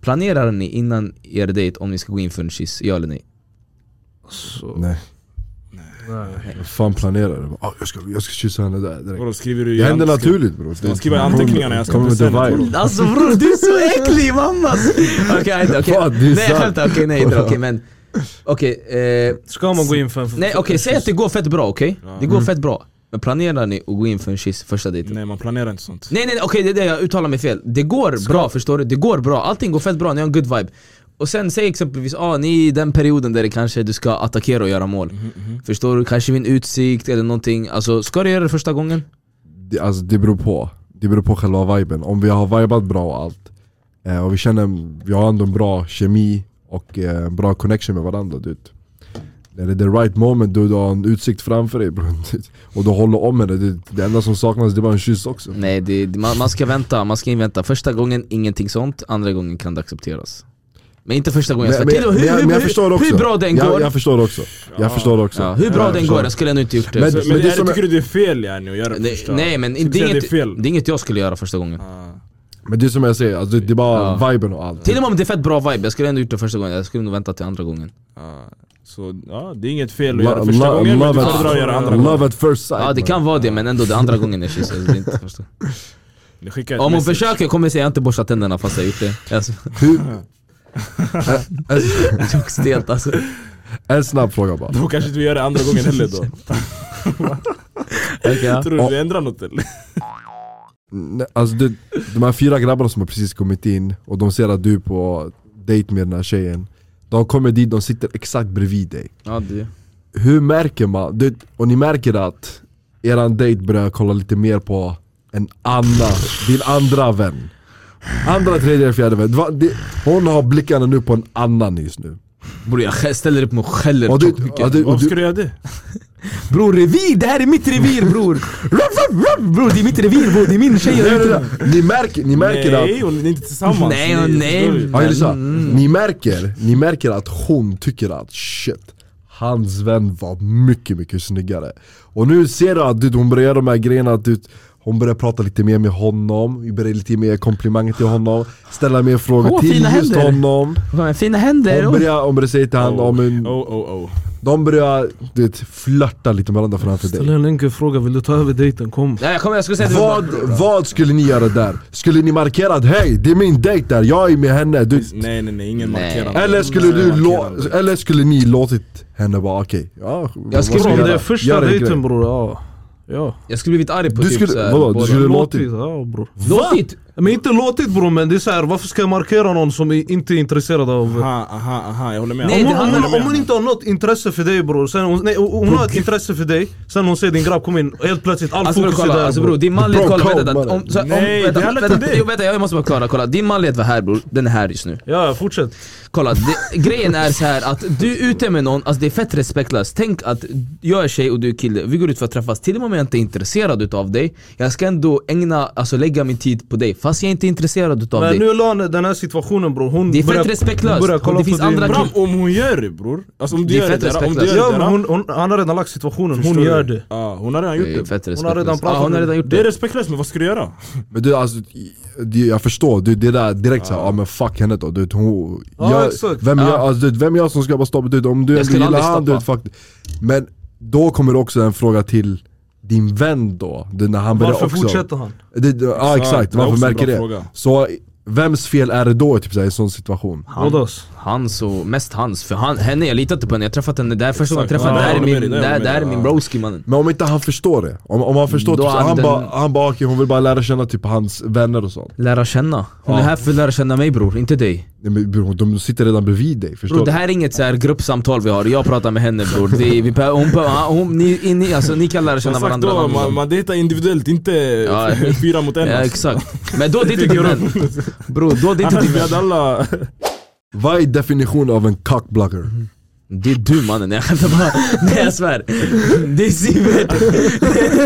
Speaker 3: Planerar ni innan er dejt om ni ska gå in för en kyss, ja eller nej?
Speaker 4: Så,
Speaker 1: Nej,
Speaker 4: nej.
Speaker 1: vad fan planerar du? Ah, jag, ska, jag ska kyssa henne där direkt
Speaker 2: Vadå skriver du i
Speaker 1: Det händer
Speaker 2: hand- skri-
Speaker 1: naturligt bror
Speaker 2: Ska man skriva i anteckningarna när jag ska
Speaker 1: Kommer inte
Speaker 2: beställa?
Speaker 1: viral
Speaker 3: Alltså bror du är så äcklig mamma! (laughs) Okej, okay, okej,
Speaker 1: Fan, det är
Speaker 3: nej
Speaker 1: sant.
Speaker 3: jag skämtar, okej nej nej, okej (laughs) men Okej, eh,
Speaker 4: Ska man gå in för en
Speaker 3: nej okej säg att det går fett bra okej?
Speaker 2: Ja.
Speaker 3: Det går fett bra Men planerar ni att gå in för en kyss första dejten?
Speaker 2: Nej man planerar inte sånt.
Speaker 3: Nej nej nej, okej det är det jag uttalar mig fel. Det går bra förstår du, det går bra, allting går fett bra, ni har en good vibe Och sen säg exempelvis, ah, ni är i den perioden där det kanske du ska attackera och göra mål
Speaker 1: Mm,
Speaker 3: Förstår du? Kanske min utsikt eller någonting, alltså ska du göra det första gången?
Speaker 1: det, alltså, det beror på, det beror på själva viben Om vi har vibat bra och allt eh, Och vi känner, vi har ändå en bra kemi och eh, en bra connection med varandra du vet. När det är the right moment, du, du har en utsikt framför dig bro. (laughs) Och du håller om henne, det, det enda som saknas det är bara en kyss också
Speaker 3: Nej, det, det- man, man ska vänta, man ska invänta. Första gången ingenting sånt, andra gången kan det accepteras. Men inte första gången.
Speaker 1: Men,
Speaker 3: jag
Speaker 1: men,
Speaker 3: ska- Till och-
Speaker 1: men,
Speaker 3: hur,
Speaker 1: jag-
Speaker 3: hur,
Speaker 1: men jag förstår också
Speaker 3: hur, hur bra den
Speaker 1: jag,
Speaker 3: går.
Speaker 1: Jag förstår också, jag förstår också
Speaker 3: ja, hur bra
Speaker 1: Jag
Speaker 3: den
Speaker 1: förstår.
Speaker 3: går, jag skulle ändå inte gjort det.
Speaker 1: Men-
Speaker 3: Så-
Speaker 2: Men, men
Speaker 1: det
Speaker 2: det är,
Speaker 1: som är-
Speaker 2: tycker du det är fel yani att göra det
Speaker 3: nej,
Speaker 2: första?
Speaker 3: nej men det
Speaker 2: Tycker du
Speaker 3: är,
Speaker 2: att
Speaker 3: inget,
Speaker 2: det är fel?
Speaker 3: det är inget jag skulle göra första gången.
Speaker 2: Ah.
Speaker 1: Men det är som jag säger, alltså, det, det är bara viben och allt
Speaker 3: Till och med om det är fett bra vibe, jag skulle ändå gjort det första gången. Jag skulle nog vänta till andra gången.
Speaker 2: Ja, ah. Så ja, det är inget fel
Speaker 1: Lo-
Speaker 2: att göra första
Speaker 1: lo-
Speaker 2: gången men
Speaker 1: love
Speaker 2: du
Speaker 1: at-
Speaker 2: föredrar att göra andra gången.
Speaker 1: Love at first sight
Speaker 3: Ja det
Speaker 1: man.
Speaker 3: kan vara det men ändå
Speaker 1: (laughs)
Speaker 3: det andra gången jag kysser. det är inte första.
Speaker 2: Det skickar ett
Speaker 3: Om hon
Speaker 2: message.
Speaker 3: försöker kommer jag säga jag har inte borstat tänderna fast jag har (laughs) gjort det. Alltså,
Speaker 1: Hur, (laughs) en,
Speaker 3: det är också stelt alltså.
Speaker 1: en snabb fråga bara
Speaker 2: (laughs) Då kanske inte vi gör det andra gången heller
Speaker 4: (laughs)
Speaker 2: då.
Speaker 3: Okej, ja.
Speaker 2: Tror du det ändrar något eller?
Speaker 1: Nej, Alltså det, de här fyra grabbarna som har precis kommit in och de ser att du är på dejt med den här tjejen De kommer dit, de sitter exakt bredvid dig
Speaker 3: Ja, det.
Speaker 1: Hur märker man, du, och ni märker att eran dejt börjar kolla lite mer på en annan, din andra vän Andra, tredje, fjärde vän. Va- det- Hon har blickarna nu på en annan just nu
Speaker 3: Bror jag skä- ställer upp mig och skäller
Speaker 1: och du,
Speaker 3: tjockt mycket.
Speaker 1: och du, och
Speaker 2: Varför
Speaker 1: du,
Speaker 2: ska du göra det?
Speaker 3: Bror revir, det här är mitt revir bror! Ruff, ruff, ruff. Bror det är mitt revir bror, det är min tjej! jag
Speaker 1: Nej,
Speaker 3: har
Speaker 1: nej,
Speaker 3: gjort det.
Speaker 1: nej. Ni märker, ni märker att
Speaker 2: Nej, och ni är inte tillsammans.
Speaker 3: Nej,
Speaker 2: Ni-
Speaker 3: och nej.
Speaker 2: förstår du?
Speaker 1: Ja, jag lyssnar.
Speaker 3: Mm.
Speaker 1: ni, märker, ni märker att hon tycker att shit, hans vän var mycket, mycket snyggare. Och nu ser du att du, hon börjar göra de här grejerna, att du, hon börjar prata lite mer med honom, vi börjar lite mer komplimanger till honom, ställa mer frågor
Speaker 3: Åh,
Speaker 1: till
Speaker 3: fina
Speaker 1: just
Speaker 3: händer.
Speaker 1: honom.
Speaker 3: Vad med Fina händer!
Speaker 1: Hon
Speaker 3: och-
Speaker 1: börjar, hon börjar säga till honom, om en,
Speaker 2: Oh, oh, oh.
Speaker 1: de börjar du vet, flörta lite med varandra framför
Speaker 4: Ställ
Speaker 1: dig.
Speaker 4: en enkel fråga, vill du ta över dejten? Kom.
Speaker 3: Nej jag kommer, jag skulle säga till
Speaker 1: Vad, vad skulle ni göra där? Skulle ni markera att hej, det är min dejt där, jag är med henne, du,
Speaker 2: Nej nej nej, ingen
Speaker 3: Nej.
Speaker 2: markerande.
Speaker 1: Eller skulle,
Speaker 2: Nej,
Speaker 1: du
Speaker 2: markerande.
Speaker 1: lå- eller skulle ni låtit henne vara okej? Ja, vad
Speaker 3: skulle-
Speaker 1: ska
Speaker 4: Bro,
Speaker 1: vi
Speaker 4: om
Speaker 1: göra?
Speaker 4: det är
Speaker 1: Gör
Speaker 4: första
Speaker 1: en
Speaker 4: dejten
Speaker 1: grej.
Speaker 4: bror, ja. Ja.
Speaker 3: Jag skulle blivit arg på
Speaker 1: Du
Speaker 3: typ
Speaker 1: skulle-
Speaker 3: såhär,
Speaker 1: vadå, du
Speaker 3: båda.
Speaker 1: skulle- låtit?
Speaker 4: Ja bror.
Speaker 3: Låtit!
Speaker 4: Men inte låtit bror men det är såhär, varför ska jag markera någon som är- inte är intresserad av...
Speaker 2: Aha, aha, aha, jag håller med.
Speaker 3: Nej,
Speaker 4: Om
Speaker 3: det
Speaker 4: hon, om,
Speaker 3: handlar
Speaker 4: hon, om hon inte har något intresse för dig bror, sen hon, nej, hon hon har ett intresse för dig, sen hon ser din grabb komma in, helt plötsligt allt
Speaker 3: Alltså bror
Speaker 4: fokus är
Speaker 3: kolla,
Speaker 4: där
Speaker 3: alltså
Speaker 4: bror.
Speaker 3: bror din manlighet,
Speaker 1: Bro
Speaker 3: kolla
Speaker 1: code,
Speaker 3: vänta, vänta,
Speaker 1: mannen.
Speaker 3: om, så, om,
Speaker 2: Nej, det
Speaker 3: vänta,
Speaker 2: handlar inte
Speaker 3: vänta,
Speaker 2: om det.
Speaker 3: jo, vänta jag måste bara kolla, kolla, din manlighet var här bror, den är här just nu
Speaker 4: Ja, fortsätt.
Speaker 3: Kolla, det, grejen är så här att du är ute med någon, alltså det är fett respektlöst Tänk att jag är tjej och du är kille, vi går ut för att träffas Till och med om jag inte är intresserad utav dig Jag ska ändå ägna, alltså lägga min tid på dig fast jag inte är intresserad utav
Speaker 4: Men
Speaker 3: dig
Speaker 4: nu la den här situationen bror, hon
Speaker 3: Det är fett
Speaker 4: börjar-
Speaker 3: respektlöst.
Speaker 4: börjar kolla
Speaker 3: Det
Speaker 4: på
Speaker 3: finns
Speaker 4: din-
Speaker 3: andra
Speaker 2: Bram, om hon gör det bror. Alltså om du
Speaker 3: Det är
Speaker 2: gör
Speaker 3: fett
Speaker 2: det där, om du
Speaker 3: respektlöst.
Speaker 2: gör
Speaker 4: Ja
Speaker 2: det
Speaker 4: men
Speaker 2: där.
Speaker 4: hon, hon, han har redan lagt situationen,
Speaker 2: förstår
Speaker 4: hon gör
Speaker 2: du?
Speaker 4: det.
Speaker 2: Ja, hon har redan
Speaker 3: Det är
Speaker 2: gjort det.
Speaker 3: fett respektlöst
Speaker 4: Hon har redan pratat
Speaker 3: ah, hon har
Speaker 4: om
Speaker 3: redan gjort
Speaker 2: Det är
Speaker 3: det
Speaker 2: respektlöst men vad ska du göra?
Speaker 1: Men du alltså, det- jag förstår, du, det där direkt såhär, ja men fuck henne då, du vet hon,
Speaker 4: Ja,
Speaker 1: jag,
Speaker 4: exakt.
Speaker 1: vem, jag,
Speaker 3: Ja.
Speaker 1: alltså, du vet, vem är jag som ska bara stoppa, du vet, om du
Speaker 3: Jag
Speaker 1: ändå
Speaker 3: skulle
Speaker 1: gillar
Speaker 3: aldrig
Speaker 1: han, du vet,
Speaker 3: stoppa.
Speaker 1: fuck Men då kommer det också en fråga till din vän då, du, när han börjar
Speaker 4: Varför
Speaker 1: också
Speaker 4: fortsätter han?
Speaker 1: Det, det, ja exakt,
Speaker 2: det är
Speaker 1: varför
Speaker 2: också en
Speaker 1: märker
Speaker 2: bra
Speaker 1: det?
Speaker 2: fråga.
Speaker 1: Så vems fel är det då typ, såhär, i en sån situation?
Speaker 4: Vadås?
Speaker 3: Hans och, mest hans, för han, henne, jag litar inte på henne, jag har träffat henne, det här är första gången jag
Speaker 2: Exakt.
Speaker 3: träffat henne,
Speaker 2: Ja,
Speaker 3: det här är
Speaker 2: jag håller
Speaker 3: min,
Speaker 2: med dig,
Speaker 3: det här,
Speaker 2: jag
Speaker 3: det här är
Speaker 2: håller
Speaker 3: min
Speaker 2: med
Speaker 3: broski mannen
Speaker 1: Men om inte han förstår det, om, om han förstår
Speaker 3: Då
Speaker 1: typ, så,
Speaker 3: hade
Speaker 1: han
Speaker 3: den-
Speaker 1: bara, han bara okej hon vill bara lära känna typ hans vänner och sånt
Speaker 3: Lära känna. Hon
Speaker 1: Ja.
Speaker 3: är här för att lära känna mig bror, inte dig.
Speaker 1: Nej men bror, de sitter redan bredvid dig, förstår
Speaker 3: Bror det
Speaker 1: du?
Speaker 3: här är inget så här gruppsamtal vi har, jag pratar med henne bror. Det är, vi, behöver- hon, behöver- hon, ni, ni, alltså, ni kan lära
Speaker 2: Som
Speaker 3: känna
Speaker 2: sagt
Speaker 3: varandra.
Speaker 2: då,
Speaker 3: varandra.
Speaker 2: man, man dejtar individuellt, inte
Speaker 3: Ja.
Speaker 2: (laughs) fyra mot en.
Speaker 3: ja,
Speaker 2: alltså.
Speaker 3: exakt. Men då det är inte din vän. Bror, då det är inte
Speaker 2: Annars
Speaker 3: din
Speaker 2: vi
Speaker 3: vän.
Speaker 2: hade alla...
Speaker 1: Vad är definitionen av en cockblocker?
Speaker 3: Det är du mannen, jag skämtar bara. Nej jag svär. Det är Sivert.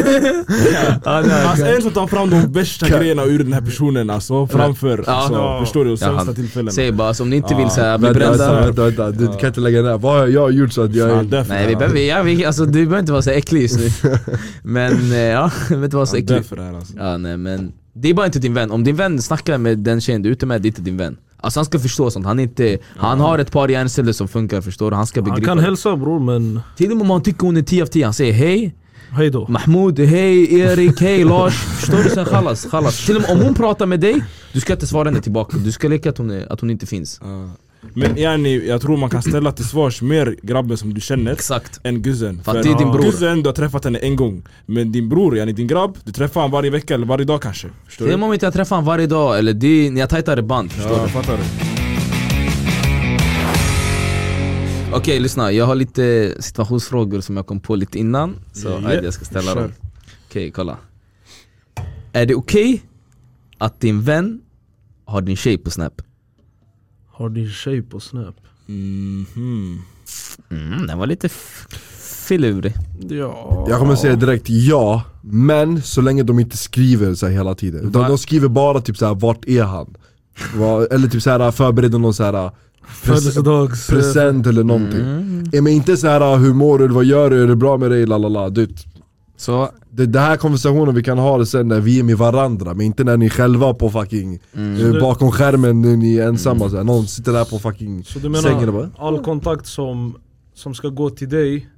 Speaker 3: Ja, nej,
Speaker 2: Alltså
Speaker 3: okej.
Speaker 2: en som tar fram de värsta grejerna ur den här personen alltså, framför,
Speaker 3: Ja.
Speaker 2: alltså,
Speaker 4: Ja.
Speaker 2: förstår du?
Speaker 3: Ja,
Speaker 2: Sämsta
Speaker 3: han-
Speaker 2: tillfällena.
Speaker 3: Säg bara, alltså, om ni inte vill
Speaker 2: Ja,
Speaker 3: så här, bli
Speaker 1: Vänta, vänta,
Speaker 3: brända.
Speaker 1: vänta, vänta. Du kan inte lägga ner, vad har jag gjort så att jag
Speaker 2: Fan,
Speaker 1: är...
Speaker 2: därför-
Speaker 3: Nej vi behöver, ja, vi, alltså, du behöver inte vara så äcklig (laughs) just nu. Men eh, ja, (laughs) jag vet inte vara så
Speaker 2: Han
Speaker 3: äcklig.
Speaker 2: dör för det här alltså.
Speaker 3: Ja nej men Det är bara inte din vän, om din vän snackar med den tjejen du är ute med, det är inte din vän Alltså han ska förstå sånt, han är inte Han har ett par hjärnceller som funkar förstår du, han ska
Speaker 4: Han
Speaker 3: begripa
Speaker 4: kan
Speaker 3: det.
Speaker 4: hälsa bror men
Speaker 3: Till och med om han tycker hon är 10 av 10, han säger hej
Speaker 4: hejdå.
Speaker 3: Mahmoud, hej Erik, hej
Speaker 2: (laughs)
Speaker 3: Lars Förstår du? Sen chalas, chalas Till och med om hon pratar med dig, du ska inte svara henne tillbaka Du ska leka att hon, är, att hon inte finns
Speaker 2: Ja. Men yani, jag tror man kan ställa till svars mer grabben som du känner
Speaker 3: Exakt
Speaker 2: än guzzen.
Speaker 3: För att det är din bror.
Speaker 2: Guzzen, du har träffat henne en gång. Men din bror, yani din grabb, du träffar honom varje vecka eller varje dag kanske. Förstår
Speaker 3: Till och
Speaker 2: du?
Speaker 3: med om inte jag träffar honom varje dag, eller det, ni har tajtare band förstår
Speaker 2: Ja, jag fattar du?
Speaker 3: Okej lyssna, jag har lite situationsfrågor som jag kom på lite innan Så
Speaker 2: Ja,
Speaker 3: yeah. jag ska ställa
Speaker 2: kör.
Speaker 3: dem Okej, kolla Är det okej att din vän har din tjej på snap?
Speaker 4: Har din tjej på snap?
Speaker 2: Mhm.
Speaker 3: Mm, den var lite f- filurig.
Speaker 4: Ja.
Speaker 1: Jag kommer säga direkt ja, men så länge de inte skriver så här hela tiden. Utan
Speaker 5: Va?
Speaker 1: de skriver bara typ så här, vart är han? Va- Eller typ så här förbereder någon så här pres-
Speaker 4: Födelsedags...
Speaker 1: present eller någonting. Mm. Men inte så här hur mår du, vad gör du, är det bra med dig, lalala. Du, vet,
Speaker 3: Så,
Speaker 1: det, det här konversationen vi kan ha det sen när vi är med varandra, men inte när ni själva på fucking
Speaker 3: Mm.
Speaker 1: eh, bakom skärmen när ni är ensamma. Så här. Någon sitter där på fucking
Speaker 4: Så du
Speaker 1: sängen och
Speaker 4: menar
Speaker 1: bara
Speaker 4: all kontakt som, som ska gå till dig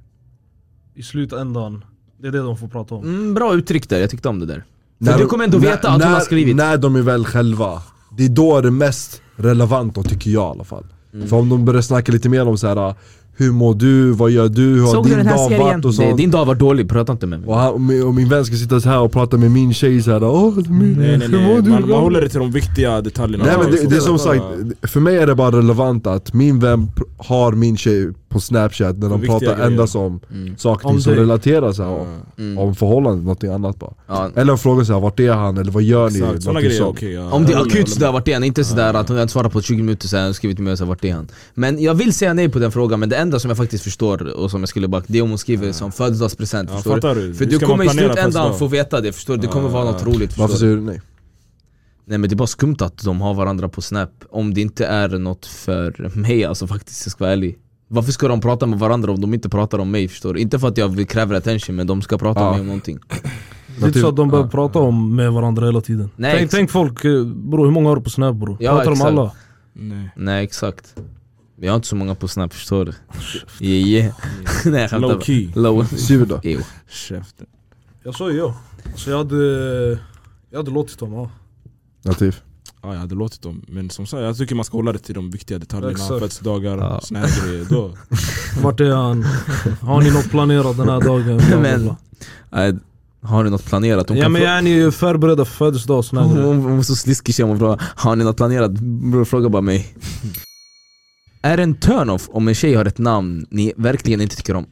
Speaker 4: i slutändan, det är det de får prata om?
Speaker 3: mm, bra uttryck där, jag tyckte om det där.
Speaker 1: När-
Speaker 3: du kommer ändå veta allt de har skrivit.
Speaker 1: När de är väl själva, det är då det är mest relevant då, tycker jag i alla fall.
Speaker 3: Mm.
Speaker 1: För om de börjar snacka lite mer om så här hur mår du, vad gör du, hur har
Speaker 3: Såg du
Speaker 1: din
Speaker 3: den här
Speaker 1: dag varit och
Speaker 3: serien? Det,
Speaker 1: sånt.
Speaker 3: din dag var dålig, prata inte med mig.
Speaker 1: Och, han, och, min, och min vän ska sitta så här och prata med min tjej såhär Åh, min,
Speaker 2: Nej nej
Speaker 1: hur
Speaker 2: nej,
Speaker 1: mår du?
Speaker 2: man, man håller det till de viktiga detaljerna
Speaker 1: Nej men det,
Speaker 2: Så-
Speaker 1: det är som sagt, för mig är det bara relevant att min vän pr- har min tjej på snapchat när de
Speaker 2: Viktiga
Speaker 1: pratar
Speaker 2: grejer.
Speaker 1: endast om saker
Speaker 4: Om
Speaker 1: som
Speaker 4: dig.
Speaker 1: relaterar så här, om förhållandet, någonting annat bara
Speaker 3: Ja.
Speaker 1: Eller frågar såhär, vart är han? Eller vad gör ni?
Speaker 2: Exakt, sådana
Speaker 1: Någonting
Speaker 2: grejer,
Speaker 1: sånt.
Speaker 2: okej ja.
Speaker 3: Om det är
Speaker 2: Jag håller
Speaker 3: akut
Speaker 2: med.
Speaker 3: sådär, vart är han? Inte sådär att hon inte svarar på 20 minuter sen och skrivit med mig såhär, vart är han? Men jag vill säga nej på den frågan, men det enda som jag faktiskt förstår och som jag skulle bara, det är om hon skriver som födelsedagspresent
Speaker 2: Ja,
Speaker 3: förstår
Speaker 2: fattar du?
Speaker 3: För
Speaker 2: Hur
Speaker 3: du
Speaker 2: ska
Speaker 3: kommer i
Speaker 2: man planera
Speaker 3: slutändan
Speaker 2: födelsedag?
Speaker 3: få veta det, förstår du? Det kommer vara något roligt
Speaker 1: Varför
Speaker 3: förstår du?
Speaker 1: säger du nej?
Speaker 3: Nej men det är bara skumt att de har varandra på snap, om det inte är något för mig alltså faktiskt, jag ska vara ärlig varför ska de prata med varandra om de inte pratar om mig förstår du? Inte för att jag vill- kräver attention men de ska prata
Speaker 1: Ja.
Speaker 3: med mig om någonting
Speaker 4: Det är inte så att de behöver prata om med varandra hela tiden.
Speaker 3: Nej,
Speaker 4: tänk,
Speaker 3: exakt.
Speaker 4: tänk folk, eh, bror hur många har du på snap bror?
Speaker 3: Ja,
Speaker 4: Pratar de
Speaker 3: exakt.
Speaker 4: alla?
Speaker 2: Nej.
Speaker 3: Nej exakt Jag har inte så många på snap förstår du? Yeah, yeah. Nej jag skämtar
Speaker 2: Low
Speaker 3: bara.
Speaker 2: key.
Speaker 3: Low
Speaker 1: Syver då?
Speaker 3: Ew.
Speaker 2: Käften.
Speaker 4: Jag sa ju ja. Så jag hade, jag hade låtit dem ja.
Speaker 1: Nativ.
Speaker 2: Ja, jag hade låtit dem, men som sagt jag tycker man ska hålla det till de viktiga detaljerna,
Speaker 4: Exakt.
Speaker 2: födelsedagar,
Speaker 3: Ja. Alltså,
Speaker 2: ja. såna här grejer.
Speaker 3: (laughs)
Speaker 2: Då,
Speaker 4: Vart är han? Har ni något planerat den här dagen? Bla, bla,
Speaker 3: (laughs) (laughs) Men-
Speaker 4: bla.
Speaker 3: Nej, Har ni något planerat? Hon
Speaker 4: Ja
Speaker 3: kan Mm.
Speaker 4: men
Speaker 3: frå-
Speaker 4: jag är ni förberedda för födelsedag och såna här
Speaker 3: Hon,
Speaker 4: grejer.
Speaker 3: hon, hon var så sliskig tjej, hon frågade Har ni något planerat? Bror fråga bara mig Är det en turn-off om en tjej har ett namn ni verkligen inte tycker om?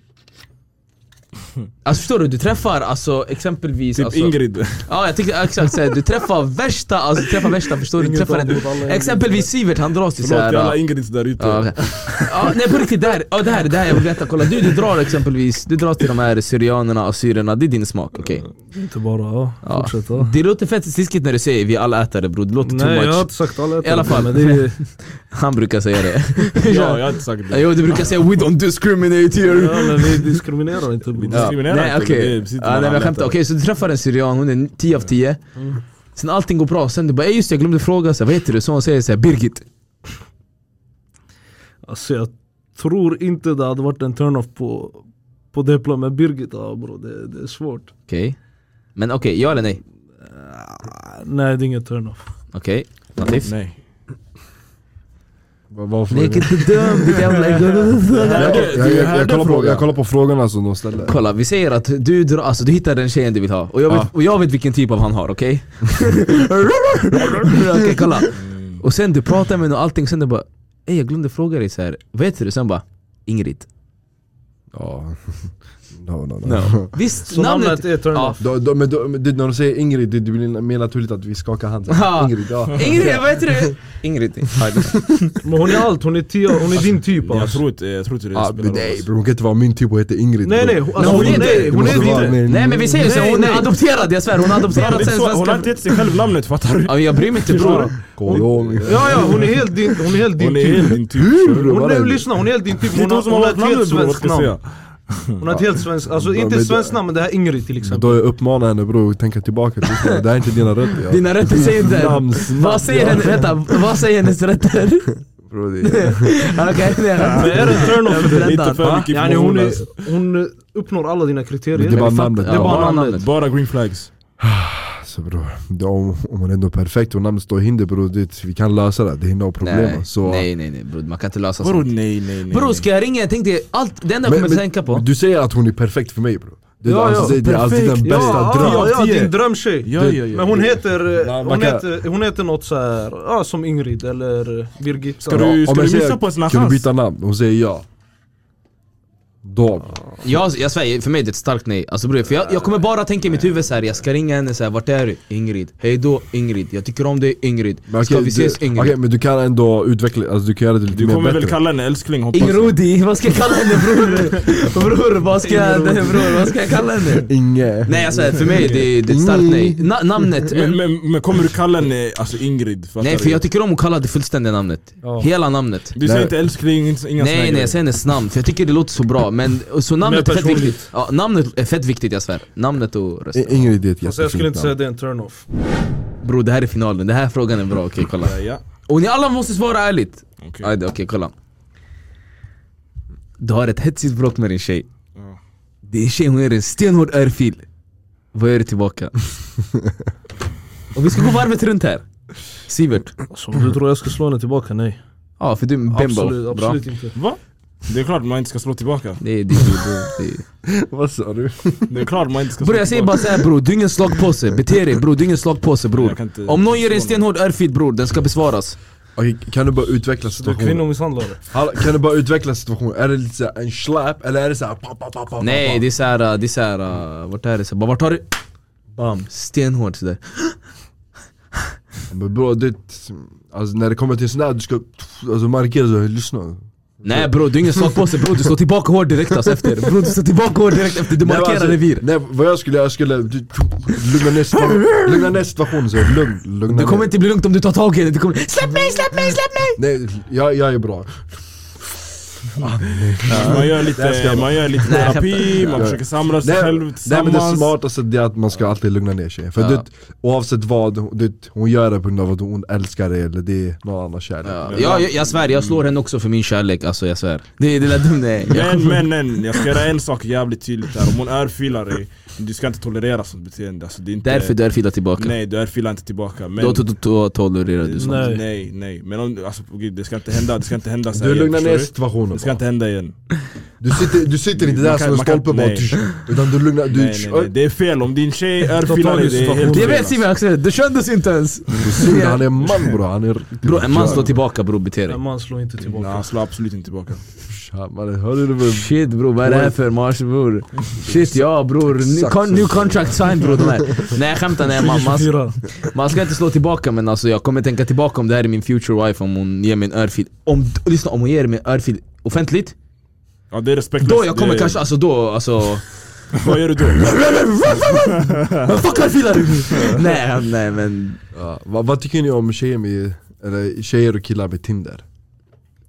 Speaker 3: Alltså förstår du, du träffar alltså exempelvis
Speaker 2: typ
Speaker 3: alltså,
Speaker 2: Ingrid.
Speaker 3: Ja jag tänkte exakt säga, du träffar värsta, alltså du träffar värsta förstår du? du
Speaker 4: Inget
Speaker 3: träffar
Speaker 4: avbrott, alla
Speaker 3: en,
Speaker 4: är-
Speaker 3: exempelvis Sivert han dras till
Speaker 2: Förlåt till alla
Speaker 3: såhär
Speaker 2: Ingrids där ute.
Speaker 3: Ja, okej. Typ. (laughs) ja, nej på riktigt, där, ja, det här är det här jag vill veta, kolla du, du drar exempelvis, du drar till de här syrianerna, assyrierna, det är din smak, okej?
Speaker 4: Inte bara ja.
Speaker 3: Ja.
Speaker 4: Fortsätt ja.
Speaker 3: Det låter fett sliskigt när du säger vi alla äter det bror, det låter
Speaker 4: Nej
Speaker 3: too
Speaker 4: jag
Speaker 3: much
Speaker 4: har inte sagt alla
Speaker 3: I alla fall.
Speaker 4: men det
Speaker 3: (laughs)
Speaker 4: är...
Speaker 3: Han brukar säga det
Speaker 2: (laughs) ja, jag har inte sagt det.
Speaker 3: Jo du brukar säga we don't discriminate here
Speaker 4: Ja men vi diskriminerar inte
Speaker 2: Vi
Speaker 4: bror.
Speaker 2: diskriminerar
Speaker 3: Nej
Speaker 2: inte,
Speaker 3: okej,
Speaker 2: det
Speaker 3: ja, nej,
Speaker 2: sitter mellan
Speaker 3: men jag
Speaker 2: alla
Speaker 3: skämtar,
Speaker 2: där.
Speaker 3: okej så du träffar en syrian, hon är 10 av 10 Sen allting går bra, sen du bara "Ey, just det, jag glömde fråga, så här, vad heter du? Så hon säger såhär Birgit
Speaker 4: Alltså jag tror inte det hade varit en turn-off på, på det planet med Birgit ja, bro. Det, det är svårt.
Speaker 3: Okej Men okej, ja eller nej?
Speaker 4: Nej det är ingen turn-off.
Speaker 3: Okej, Latif?
Speaker 2: Nej.
Speaker 1: Vad- vad frågar
Speaker 3: Lek
Speaker 1: du?
Speaker 3: inte dum ditt jävla (laughs)
Speaker 1: Jag,
Speaker 2: det är
Speaker 1: jag,
Speaker 2: ju
Speaker 1: jag,
Speaker 2: härlig
Speaker 1: jag, kollar på,
Speaker 2: fråga.
Speaker 1: jag kollar på frågorna som de ställer.
Speaker 3: Kolla, vi säger att du, drar, alltså, du hittar den tjejen du vill ha och jag vet,
Speaker 1: Ja.
Speaker 3: och jag vet vilken typ av han har, okej? okej, kolla. Och sen du pratar med henne och allting, sen du bara Ey jag glömde fråga dig så här. vad heter du? Sen bara Ingrid
Speaker 1: Ja. (laughs) No, no, no.
Speaker 3: Visst,
Speaker 4: Så namnet är
Speaker 1: (laughs)
Speaker 4: turn-off.
Speaker 1: Då- då- men då- men det- när de säger Ingrid, det, det blir mer naturligt att vi skakar hand. så här.
Speaker 3: Ja.
Speaker 1: Ingrid, ja.
Speaker 3: (laughs) Ja. Ingrid, vad heter du? (laughs) Alltså, Ingrid
Speaker 4: Men hon är allt, hon är, tio, hon är din typ
Speaker 2: Jag
Speaker 4: alltså.
Speaker 2: tror inte, jag tror inte det
Speaker 1: Ah,
Speaker 2: spelar
Speaker 1: men
Speaker 2: roll.
Speaker 1: nej bror, hon kan inte vara min typ och heta Ingrid.
Speaker 4: Nej nej,
Speaker 1: bror.
Speaker 4: hon- alltså, hon,
Speaker 3: hon är inte-
Speaker 4: nej
Speaker 1: Det
Speaker 4: hon
Speaker 1: måste
Speaker 4: är
Speaker 1: vara
Speaker 4: inte
Speaker 1: mer-
Speaker 3: Nej men vi säger så,
Speaker 4: Nej,
Speaker 3: hon
Speaker 4: nej.
Speaker 3: är adopterad, jag svär hon är
Speaker 2: Fan,
Speaker 3: adopterad
Speaker 2: det är
Speaker 3: sen
Speaker 2: så, Hon har
Speaker 3: svenska
Speaker 2: inte gett sig själv namnet fattar du?
Speaker 3: Ja, Jag bryr mig inte bror
Speaker 1: Kolong.
Speaker 4: Ja ja, hon är helt din, hon är helt din
Speaker 2: Hon är
Speaker 4: typ.
Speaker 2: helt din typ.
Speaker 1: Hur bror?
Speaker 4: Hon
Speaker 1: Vad
Speaker 4: är,
Speaker 1: är det?
Speaker 4: lyssna, hon är helt din typ.
Speaker 2: Det är inte hon som har lagt namnet bror, vad ska jag säga?
Speaker 4: Hon har ett helt svenskt, alltså
Speaker 1: Ja,
Speaker 4: inte
Speaker 1: men
Speaker 4: ett
Speaker 1: det-
Speaker 4: svenskt namn men det här är Ingrid till exempel.
Speaker 1: Då jag uppmanar henne bror, tänka tillbaka. Lyssna, det här är inte dina rötter. Ja.
Speaker 3: Dina rötter säger inte
Speaker 1: Namn, snabbt,
Speaker 3: Vad säger hennes, vänta, vad säger hennes rötter?
Speaker 1: bror, det är-
Speaker 3: Okej, det är
Speaker 4: Men
Speaker 3: rätt
Speaker 4: är det en turn-off?
Speaker 3: Jag bländar.
Speaker 2: Inte för
Speaker 3: Va?
Speaker 2: mycket
Speaker 4: Yani hon,
Speaker 2: information
Speaker 4: är,
Speaker 2: alltså.
Speaker 4: hon uppnår alla dina kriterier.
Speaker 1: Det är bara
Speaker 3: vi fattar-
Speaker 1: namnet.
Speaker 3: ja,
Speaker 1: Det är
Speaker 4: bara
Speaker 3: namnet
Speaker 2: Bara green flags.
Speaker 1: Så Alltså, bror, det- om, om hon är ändå perfekt och namnet står hinder bror, det, vi kan lösa det. Det är inga problem. alltså.
Speaker 3: Nej,
Speaker 1: Så,
Speaker 3: nej nej nej bror, man kan inte lösa
Speaker 2: Bror
Speaker 3: sånt
Speaker 2: nej nej nej.
Speaker 3: Bror ska jag ringa? Jag tänkte, allt, det enda jag
Speaker 1: Men-
Speaker 3: kommer
Speaker 1: men
Speaker 3: tänka på
Speaker 1: Du säger att hon är perfekt för mig bror. Det, är
Speaker 4: Ja,
Speaker 1: alltså,
Speaker 4: ja,
Speaker 1: det, det är alltid den
Speaker 2: perfekt.
Speaker 1: bästa
Speaker 4: ja,
Speaker 1: drömmen.
Speaker 4: Ja, ja,
Speaker 2: Tio.
Speaker 4: din drömtjej.
Speaker 2: Ja, ja, ja.
Speaker 4: Men hon heter, eh,
Speaker 1: man
Speaker 4: hon,
Speaker 1: kan-
Speaker 4: heter, hon heter något så här, ja, som Ingrid eller Birgitta.
Speaker 2: Ska du,
Speaker 1: Om
Speaker 2: ska du
Speaker 1: jag säger,
Speaker 2: missa på en sån här
Speaker 1: Kan du
Speaker 2: chans?
Speaker 1: byta namn? Hon säger ja. Då.
Speaker 3: Jag, alltså, jag svär, för mig är det ett starkt nej. Alltså bror, för jag, jag kommer bara tänka i mitt huvud så här. jag ska ringa henne så här, vart är du? Ingrid. Hej då Ingrid, jag tycker om dig Ingrid.
Speaker 1: Men
Speaker 3: Ska
Speaker 1: okej,
Speaker 3: vi
Speaker 1: du,
Speaker 3: ses Ingrid?
Speaker 1: okej, men du kan ändå utveckla, alltså du kan göra det lite
Speaker 2: Du
Speaker 1: mer
Speaker 2: kommer
Speaker 1: bättre.
Speaker 2: väl kalla henne älskling hoppas jag.
Speaker 3: Ingrodi, vad ska jag kalla henne
Speaker 1: (laughs)
Speaker 3: bror? Bror, vad ska jag, (laughs) bror, vad ska jag kalla henne?
Speaker 1: Inge.
Speaker 3: Nej jag svär, för mig det, är- det är ett starkt
Speaker 1: Mm.
Speaker 3: nej. Na, namnet,
Speaker 2: Men, men, men kommer du kalla henne alltså Ingrid? Fattar
Speaker 3: nej för jag
Speaker 2: du?
Speaker 3: tycker om att kalla det fullständiga namnet. Hela namnet.
Speaker 2: Du säger inte älskling, inte- inga såna
Speaker 3: Nej nej,
Speaker 2: grejer.
Speaker 3: jag säger hennes namn för jag tycker det låter så bra men så namnet är fett
Speaker 4: personligt.
Speaker 3: viktigt. Ja, namnet är fett viktigt jag svär. Namnet och rösten.
Speaker 1: I- Ingrid är ett
Speaker 4: Alltså, jag
Speaker 1: jättefint
Speaker 4: skulle inte säga
Speaker 1: namn.
Speaker 4: det är en turn-off.
Speaker 3: Bro det här är finalen, det här frågan är bra, okej kolla.
Speaker 2: Ja, ja.
Speaker 3: Och ni alla måste svara ärligt.
Speaker 2: Okej.
Speaker 3: Ajde, Okej kolla. Du har ett hetsigt bråk med din tjej.
Speaker 2: Ja.
Speaker 3: Din tjej hon gör en stenhård örfil. Vad gör du tillbaka? och vi ska gå varvet runt här. Sivert.
Speaker 4: Alltså, om du tror jag ska slå henne tillbaka, nej.
Speaker 3: Ja för du är en bimbo.
Speaker 4: Absolut,
Speaker 3: Bra.
Speaker 4: absolut inte.
Speaker 2: Va? Det är klart man inte ska slå tillbaka.
Speaker 3: Det är ditt det är-
Speaker 1: Vad sa du?
Speaker 2: Det är klart man inte ska slå
Speaker 3: Bror jag säger
Speaker 2: tillbaka.
Speaker 3: bara såhär bror, du är ingen (laughs) slagpåse. Bete dig bror, du är ingen slagpåse
Speaker 2: Jag kan
Speaker 3: bror.
Speaker 2: inte-
Speaker 3: Om någon ger dig en stenhård örfil bror, den ska besvaras.
Speaker 1: Okej, kan du bara utveckla
Speaker 4: Du är
Speaker 1: situationen?
Speaker 4: kvinnomisshandlare.
Speaker 1: Hallå, Kan du bara utveckla situationen? Är det lite såhär en slap eller är det såhär pa, pa, pa, pa,
Speaker 3: Nej
Speaker 1: pa,
Speaker 3: det är såhär, det är såhär, uh, vart är det? Så, bara, vart har du?
Speaker 4: Bam.
Speaker 3: Stenhård sådär.
Speaker 1: pa. Men bro, det, alltså, när det kommer till sådär, du ska alltså, markera så, lyssna
Speaker 3: Nej bror, du är ingen slagpåse bror, du slår tillbaka hårt direkt alltså efter. Bror du slår tillbaka hårt direkt efter, du
Speaker 1: Nej, men
Speaker 3: markerar
Speaker 1: alltså,
Speaker 3: revir.
Speaker 1: Nej vad jag skulle, jag skulle du, lugna ner situationen, lugna ner situationen så, lugn, lugna
Speaker 3: Det kommer
Speaker 1: ner.
Speaker 3: inte bli lugnt om du tar tag i henne, du kommer Släpp mig, släpp mig, släpp mig!
Speaker 1: Nej, jag, jag är bra.
Speaker 4: Alltså,
Speaker 2: Man gör
Speaker 1: här ska
Speaker 2: lite,
Speaker 1: jag
Speaker 2: man gör lite
Speaker 3: Nej, jag
Speaker 2: terapi, man
Speaker 1: Ja.
Speaker 2: försöker samla sig
Speaker 1: Nej,
Speaker 2: själv
Speaker 1: nej men det
Speaker 2: tillsammans.
Speaker 1: smartaste det är att man ska alltid lugna ner sig. För
Speaker 3: Ja.
Speaker 1: det, oavsett vad, det, hon gör det på grund av att hon älskar dig eller det är någon annan kärlek.
Speaker 3: Ja, jag, jag, jag svär, jag slår henne också för min kärlek alltså jag svär. Det, det lär dumt nej.
Speaker 2: Men men men, jag ska göra en sak jävligt tydligt här. Om hon örfilar dig, du ska inte tolerera sånt beteende. Alltså, det är inte,
Speaker 3: Därför du örfilar tillbaka.
Speaker 2: Nej du örfilar inte tillbaka. Men,
Speaker 3: Då, då, då, då tolererar du sånt.
Speaker 4: Nej.
Speaker 2: nej. nej nej, men om, alltså, gud, det ska inte hända, det ska inte hända så här
Speaker 1: Du
Speaker 2: igen,
Speaker 1: lugnar
Speaker 2: förstår
Speaker 1: ner
Speaker 2: du?
Speaker 1: situationen
Speaker 2: Det ska
Speaker 1: bara.
Speaker 2: inte hända igen.
Speaker 1: Du sitter, du sitter inte där
Speaker 2: Man kan-
Speaker 1: som en
Speaker 2: man kan-
Speaker 1: stolpe bara
Speaker 2: nej.
Speaker 1: tsch, Utan du lugnar, du
Speaker 2: Nej, nej, nej. Det är fel, om din tjej örfilar
Speaker 4: tag i
Speaker 2: dig, det är helt
Speaker 4: situationen.
Speaker 3: Jag
Speaker 2: fel.
Speaker 3: vet Simon,
Speaker 2: alltså.
Speaker 3: Axel, det kändes inte ens.
Speaker 1: Du ser, han är en man bror, han är riktigt
Speaker 3: Bro, en man
Speaker 1: kär.
Speaker 3: slår tillbaka bror, bete dig.
Speaker 4: En man slår inte
Speaker 2: Nej,
Speaker 4: tillbaka.
Speaker 2: han slår alltså. absolut inte tillbaka.
Speaker 1: Tja, mannen, hörde du vad-
Speaker 3: Shit bror, vad är det här för marsch bror? Shit ja bror, new,
Speaker 1: Exakt
Speaker 3: con,
Speaker 1: så.
Speaker 3: new contract signed bror. de här. Nej jag skämtar, nej, man, man,
Speaker 4: Fyra.
Speaker 3: man ska inte slå tillbaka men alltså jag kommer tänka tillbaka om det här är min future wife om hon ger mig en örfil. Om, lyssna, om hon ger mig en örfil offentligt,
Speaker 2: Ja det är respektlöst.
Speaker 3: då jag kommer
Speaker 2: det,
Speaker 3: kanske, alltså då, alltså...
Speaker 2: Vad gör du då?
Speaker 3: (laughs) Fuck örfilar! nej, nej men...
Speaker 1: ja, vad, vad tycker ni om tjejer med, eller tjejer och killar med Tinder?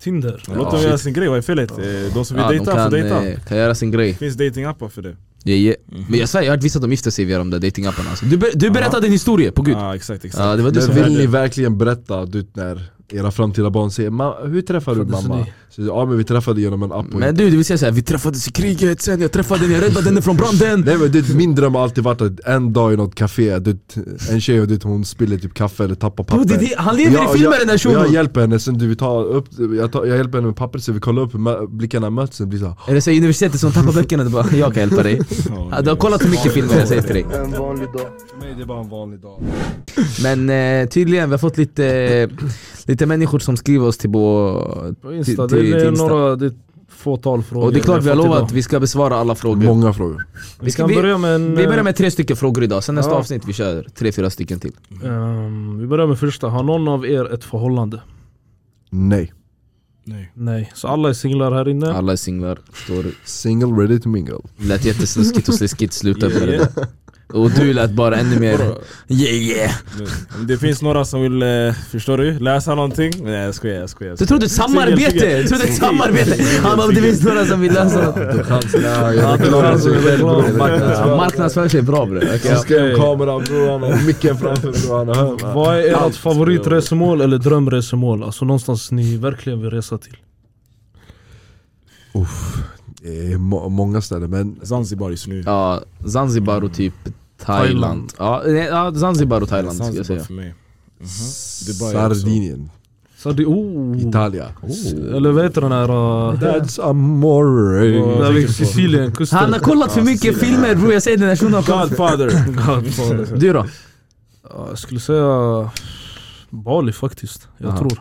Speaker 4: Tinder.
Speaker 2: Låt dem göra sin grej, vad är felet? Eh, De som vill
Speaker 3: Ja, de
Speaker 2: dejta får
Speaker 3: kan,
Speaker 2: dejta.
Speaker 3: eh, kan göra sin grej.
Speaker 2: finns datingappar för det.
Speaker 3: Ja, ja. Men jag säger, jag har hört vissa att de gifter sig via de där datingapparna alltså. du, ber- du berättade din historia, på gud.
Speaker 2: Ja exakt, exakt.
Speaker 3: Ja, det var du som
Speaker 1: Men vill
Speaker 3: hörde.
Speaker 1: ni verkligen berätta du, vet, när era framtida barn säger "Ma, hur träffade du
Speaker 4: Föddes
Speaker 1: mamma?
Speaker 4: ni?
Speaker 1: Så, ja men vi träffade genom en app och
Speaker 3: Men du, det vill säga såhär, vi träffades i kriget, sen jag träffade henne, jag räddade henne från branden.
Speaker 1: Nej men du, vet, min dröm har alltid varit att en dag i något café, du, vet, en tjej och du, vet, hon spiller typ kaffe eller tappar papper
Speaker 3: Bro, det, det, han lever i filmer den där
Speaker 1: jag, jag
Speaker 3: shunon!
Speaker 1: hjälper henne, sen du, vi tar upp, jag, tar, jag hjälper henne med pappret så vi kollar upp, hur mö- blickarna möts, sen blir det såhär
Speaker 3: Eller så är universitetet som tappar böckerna, du bara 'Jag kan hjälpa dig' ja, Du har kollat för mycket filmer, jag säger till dig
Speaker 1: En vanlig dag. För mig det är bara en vanlig dag.
Speaker 3: Men eh, tydligen, vi har fått lite, eh, lite människor som skriver oss till vår...
Speaker 4: På
Speaker 3: Till-
Speaker 4: Insta.
Speaker 3: till-
Speaker 4: Det
Speaker 3: till
Speaker 4: är
Speaker 3: Insta.
Speaker 4: några, det är ett fåtal frågor.
Speaker 3: Och det är klart vi har
Speaker 4: fått
Speaker 3: lovat att
Speaker 4: idag.
Speaker 3: vi ska besvara alla frågor
Speaker 1: Många frågor.
Speaker 4: Vi
Speaker 3: ska-
Speaker 4: kan
Speaker 3: vi-
Speaker 4: börja med en...
Speaker 3: Vi börjar med tre stycken frågor idag, sen nästa
Speaker 4: Ja.
Speaker 3: avsnitt vi kör tre, fyra stycken till
Speaker 4: ehm, vi börjar med första. Har någon av er ett förhållande?
Speaker 1: Nej.
Speaker 2: Nej.
Speaker 4: Nej. Så alla är singlar här inne.
Speaker 3: Alla är singlar, förstår du?
Speaker 1: Single ready to mingle.
Speaker 3: Lät jättesnuskigt och sliskigt, sluta
Speaker 2: Yeah,
Speaker 3: med det
Speaker 2: yeah.
Speaker 3: där Och du lät bara ännu mer...
Speaker 2: Vadå?
Speaker 3: Yeah yeah!
Speaker 2: Men Om det finns några som vill, eh, förstår du, läsa någonting? Nej jag skojar, jag skojar. jag
Speaker 3: Du
Speaker 2: skojar.
Speaker 3: trodde ett samarbete!
Speaker 2: Singel,
Speaker 3: Du trodde ett
Speaker 2: singel.
Speaker 3: samarbete! Han bara om det finns några som vill lösa något
Speaker 1: Du chansar.
Speaker 4: Ja,
Speaker 1: Jag
Speaker 4: du
Speaker 1: reklamerar
Speaker 4: chansar,
Speaker 1: sig
Speaker 4: jag
Speaker 1: själv
Speaker 4: reklamerar.
Speaker 1: bror.
Speaker 3: Han
Speaker 1: Marknadsför.
Speaker 3: marknadsför sig bra bror
Speaker 1: Så
Speaker 3: Okej.
Speaker 1: ska jag kamera bror, han har micken framför bror, han har hör.
Speaker 4: Vad är ert
Speaker 1: Allt.
Speaker 4: favoritresemål eller drömresemål? Alltså någonstans ni verkligen vill resa till.
Speaker 1: Det är må- Många ställen men
Speaker 2: Zanzibar just nu.
Speaker 3: Ja, Zanzibar och typ Thailand
Speaker 4: Thailand.
Speaker 3: Ja, nej, ja Zanzibar och Thailand skulle jag säga
Speaker 2: för mig. Dubai också.
Speaker 1: Sardinien,
Speaker 4: Så det, oh.
Speaker 1: Italia.
Speaker 4: Eller vad heter den här... Uh,
Speaker 1: That's amore.
Speaker 4: där vid Sicilien, kusten?
Speaker 3: Han har kollat för mycket filmer bror, jag säger det när shunon har kollat
Speaker 2: Godfather!
Speaker 3: (laughs)
Speaker 4: Godfather.
Speaker 3: Du då?
Speaker 4: Ja, Jag skulle säga Bali faktiskt, jag
Speaker 3: Aha.
Speaker 4: tror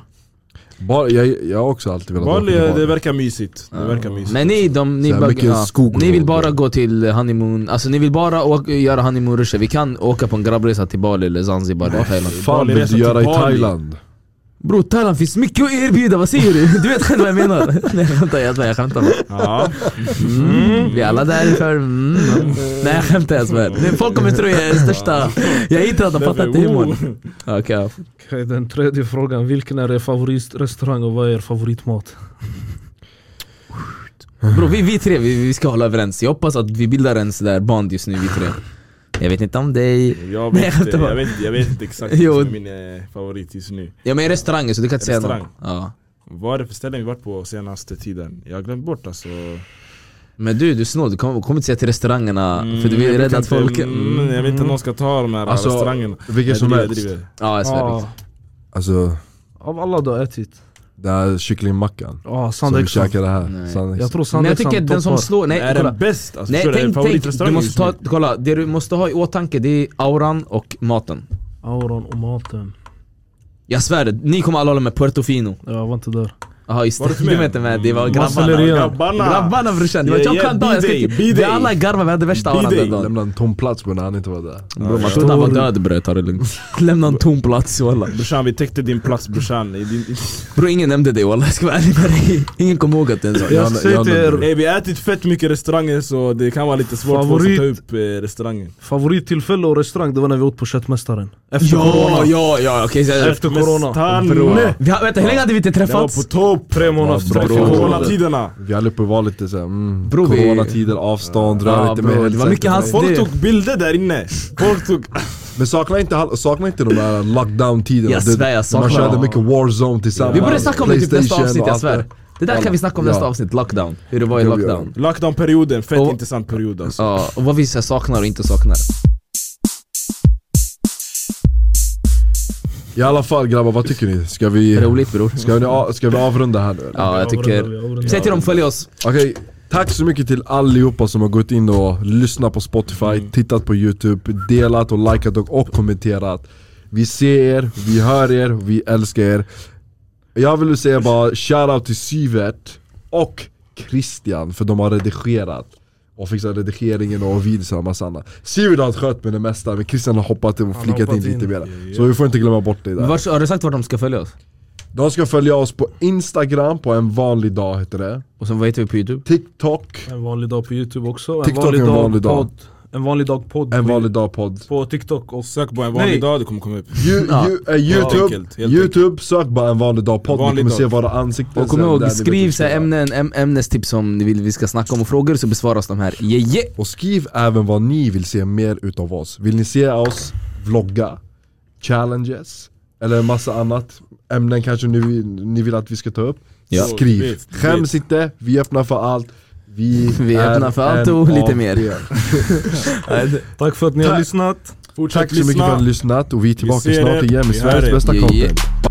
Speaker 1: Bali, jag, jag har också alltid velat
Speaker 2: Bali,
Speaker 1: åka till
Speaker 2: det verkar mysigt. Det verkar mysigt.
Speaker 3: Men ni, de, ni,
Speaker 1: Så här,
Speaker 3: bara,
Speaker 1: mycket
Speaker 3: ja,
Speaker 1: skog och
Speaker 3: ni vill
Speaker 1: sånt
Speaker 3: bara
Speaker 1: där.
Speaker 3: gå till honeymoon, alltså ni vill bara åka, göra honeymoon-rusher. Vi kan åka på en grabbresa till Bali eller Zanzibar eller Thailand.
Speaker 1: fan
Speaker 2: Bali,
Speaker 1: vill
Speaker 2: resa
Speaker 1: du göra i
Speaker 2: till Bali.
Speaker 1: Thailand?
Speaker 3: Bror Thailand finns mycket att erbjuda, vad säger du? Du vet själv vad jag
Speaker 2: (laughs)
Speaker 3: menar. Nej jag skämtar, jag svär, jag skämtar.
Speaker 2: Ja.
Speaker 3: Mm. Vi är alla därför. Mm. Nej jag skämtar, jag svär. Men Folk kommer tro jag är den största. Jag hittar att (laughs) de fattar inte humorn. Okej, ja.
Speaker 4: Okej, den tredje frågan. Vilken är er favoritrestaurang och vad är er favoritmat?
Speaker 3: Bror vi, vi tre, vi, vi ska hålla överens. Jag hoppas att vi bildar en sån där band just nu vi tre. Jag vet inte om dig.
Speaker 2: (laughs)
Speaker 3: (laughs)
Speaker 2: Jag
Speaker 3: Nej, jag
Speaker 2: vet, inte,
Speaker 3: skämtar bara.
Speaker 2: jag, vet, jag vet inte exakt
Speaker 3: Jo.
Speaker 2: vad som är min eh, favorit just nu.
Speaker 3: Ja men restauranger så du kan inte säga något.
Speaker 2: Restaurang.
Speaker 3: Ja.
Speaker 2: Vad är det för ställen vi varit på senaste tiden? Jag har glömt bort alltså.
Speaker 3: Men du, du är snål. Du kommer, kommer inte säga till restaurangerna
Speaker 2: Mm,
Speaker 3: för du
Speaker 2: jag
Speaker 3: är
Speaker 2: vet
Speaker 3: rädd att
Speaker 2: inte,
Speaker 3: folk...
Speaker 2: Mm, jag vet inte om någon ska ta de här
Speaker 1: Alltså,
Speaker 2: restaurangerna.
Speaker 1: Vilken
Speaker 2: Jag
Speaker 1: som
Speaker 2: driver,
Speaker 1: helst.
Speaker 2: driver.
Speaker 3: Ja jag svär.
Speaker 4: Ah,
Speaker 3: visst.
Speaker 1: Alltså,
Speaker 4: av alla du har ätit?
Speaker 1: den här kycklingmackan
Speaker 4: Ah,
Speaker 1: som vi
Speaker 4: Sandexan.
Speaker 1: käkade här.
Speaker 3: Nej.
Speaker 1: Sandexan.
Speaker 4: Jag tror
Speaker 3: Men jag
Speaker 4: Sandexan
Speaker 3: tycker den som
Speaker 4: toppar.
Speaker 3: slår... Nej
Speaker 2: är
Speaker 3: kolla.
Speaker 2: den bäst? Alltså,
Speaker 3: Nej
Speaker 2: förstår du?
Speaker 3: tänk,
Speaker 2: Är det
Speaker 3: tänk, du
Speaker 2: favoritrestaurangen
Speaker 3: måste
Speaker 2: just nu?
Speaker 3: ta, kolla, det du måste ha i åtanke det är auran och maten
Speaker 4: Auran och maten.
Speaker 3: Jag svär det, ni kommer alla hålla med Puertofino
Speaker 4: Jag var inte där.
Speaker 3: Jaha just
Speaker 2: Var
Speaker 3: det, (laughs)
Speaker 2: du inte
Speaker 3: du
Speaker 2: med?
Speaker 3: var inte med, det var
Speaker 2: Mm.
Speaker 3: grabbarna
Speaker 4: Marcelleria.
Speaker 2: Grabbarna!
Speaker 3: Grabbarna brorsan, det var
Speaker 2: Yeah,
Speaker 3: jag
Speaker 2: yeah,
Speaker 3: kan dagen, jag ska
Speaker 2: B-day,
Speaker 3: inte-
Speaker 2: B-day.
Speaker 3: Vi alla garvade, vi hade värsta auran den dagen
Speaker 1: Lämnade en tom plats på när han inte var där.
Speaker 3: Bror man trodde han var död bre, ta det lugnt (laughs) Lämna en tom plats walla
Speaker 2: Brorsan vi täckte din plats brorsan. I din-
Speaker 3: Bror ingen nämnde dig walla, jag ska vara ärlig med dig Ingen kommer ihåg att det ens var
Speaker 4: Jag säger till er,
Speaker 2: Ey, vi har ätit fett mycket restauranger så det kan vara lite svårt för oss att
Speaker 4: Favorit.
Speaker 2: ta upp eh, restaurangen.
Speaker 4: favorittillfälle och restaurang det var när vi åt på Köttmästaren. Efter
Speaker 3: Ja, ja, ja, okej så-
Speaker 4: Efter corona.
Speaker 2: Mästaren,
Speaker 1: Bror.
Speaker 3: vi har, Vänta, hur länge hade vi inte
Speaker 2: Jag var på
Speaker 3: träffats?
Speaker 2: topp!
Speaker 4: Tre månader efter
Speaker 1: bra.
Speaker 4: corona.
Speaker 2: Coronatiderna!
Speaker 1: Vi höll uppe och var lite såhär, mm,
Speaker 3: Bro, vi-
Speaker 1: coronatider, avstånd, rör
Speaker 3: Ja,
Speaker 1: inte
Speaker 3: bro,
Speaker 1: mig.
Speaker 3: det var mycket hans-
Speaker 2: Folk
Speaker 3: Det-
Speaker 2: tog bilder där inne! Folk tog...
Speaker 1: Men saknar inte, han- saknar inte de här lockdown-tiderna?
Speaker 3: Jag
Speaker 1: Det-
Speaker 3: svär, jag saknar
Speaker 1: Man körde
Speaker 3: dem.
Speaker 1: mycket Warzone tillsammans.
Speaker 3: Vi borde snacka om det typ nästa
Speaker 1: PlayStation
Speaker 3: avsnitt,
Speaker 1: och
Speaker 3: jag
Speaker 1: allt
Speaker 3: svär
Speaker 1: det.
Speaker 3: Det där kan vi snacka om
Speaker 1: Ja.
Speaker 3: nästa avsnitt, lockdown Hur det var i
Speaker 1: Jo, jo, jo.
Speaker 3: lockdown
Speaker 2: Lockdown-perioden, fett
Speaker 3: Och-
Speaker 2: intressant period alltså.
Speaker 3: Ja, och vad vi så här saknar och inte saknar
Speaker 1: I alla fall grabbar, vad tycker ni? Ska vi,
Speaker 3: Roligt bror
Speaker 1: ska ni a- ska vi avrunda här nu? eller?
Speaker 3: Ja, jag tycker... Säg till dem följ oss.
Speaker 1: Okej, tack så mycket till allihopa som har gått in och lyssnat på Spotify,
Speaker 4: Mm.
Speaker 1: tittat på YouTube, delat och likat och, och kommenterat. Vi ser er, vi hör er, vi älskar er. Jag vill säga bara shoutout till Syvert och Christian för de har redigerat och fixat redigeringen och videorna och massa annat. Syvert har skött med det mesta men Christian har hoppat in och
Speaker 4: har
Speaker 1: flickat in
Speaker 4: hoppat
Speaker 1: lite
Speaker 4: in.
Speaker 1: mer. Så vi får inte glömma bort det där.
Speaker 3: Vart, har du sagt vart de ska följa oss?
Speaker 1: De ska följa oss på Instagram på en vanlig dag heter det.
Speaker 3: Och sen vad heter vi på youtube?
Speaker 1: TikTok,
Speaker 4: En vanlig dag på youtube också. En
Speaker 1: TikTok är en vanlig dag.
Speaker 4: Podd. En vanlig dag podd.
Speaker 1: en
Speaker 4: på-
Speaker 1: vanlig dag podd.
Speaker 4: På tiktok och
Speaker 2: Sök på en vanlig
Speaker 4: Nej.
Speaker 2: dag, det kommer komma upp.
Speaker 1: Ju,
Speaker 3: Ja.
Speaker 1: ju, eh, Youtube,
Speaker 2: Helt enkelt, helt
Speaker 1: YouTube sök bara en vanlig dag podd, ni
Speaker 2: Vanlig
Speaker 1: kommer
Speaker 2: dag.
Speaker 1: se våra ansikten
Speaker 3: Och
Speaker 1: sen
Speaker 3: kom
Speaker 1: där, ni
Speaker 3: ihåg,
Speaker 1: vet hur
Speaker 3: skriv
Speaker 1: ni
Speaker 3: så
Speaker 1: ska
Speaker 3: här
Speaker 1: göra.
Speaker 3: ämnen, äm, ämnestips som ni vill vi ska snacka om och frågor så besvaras de här. Yeah, yeah.
Speaker 1: Och skriv även vad ni vill se mer utav oss Vill ni se oss vlogga, challenges, eller en massa annat ämnen kanske ni, vill- ni vill att vi ska ta upp?
Speaker 3: Ja.
Speaker 1: Skriv!
Speaker 2: Du vet, du vet.
Speaker 1: Skäms inte, vi öppnar för allt Vi,
Speaker 3: Vi
Speaker 1: är
Speaker 3: öppnar för allt
Speaker 1: en
Speaker 3: och lite
Speaker 1: av
Speaker 3: mer.
Speaker 1: er.
Speaker 4: tack för att ni har lyssnat.
Speaker 2: Fortsätt
Speaker 1: Tack så mycket för att ni har lyssnat och vi är tillbaka
Speaker 2: ser
Speaker 1: snart
Speaker 2: er.
Speaker 1: igen med
Speaker 2: Vi hör
Speaker 1: Sveriges
Speaker 2: er.
Speaker 1: bästa
Speaker 3: Yeah, yeah.
Speaker 1: content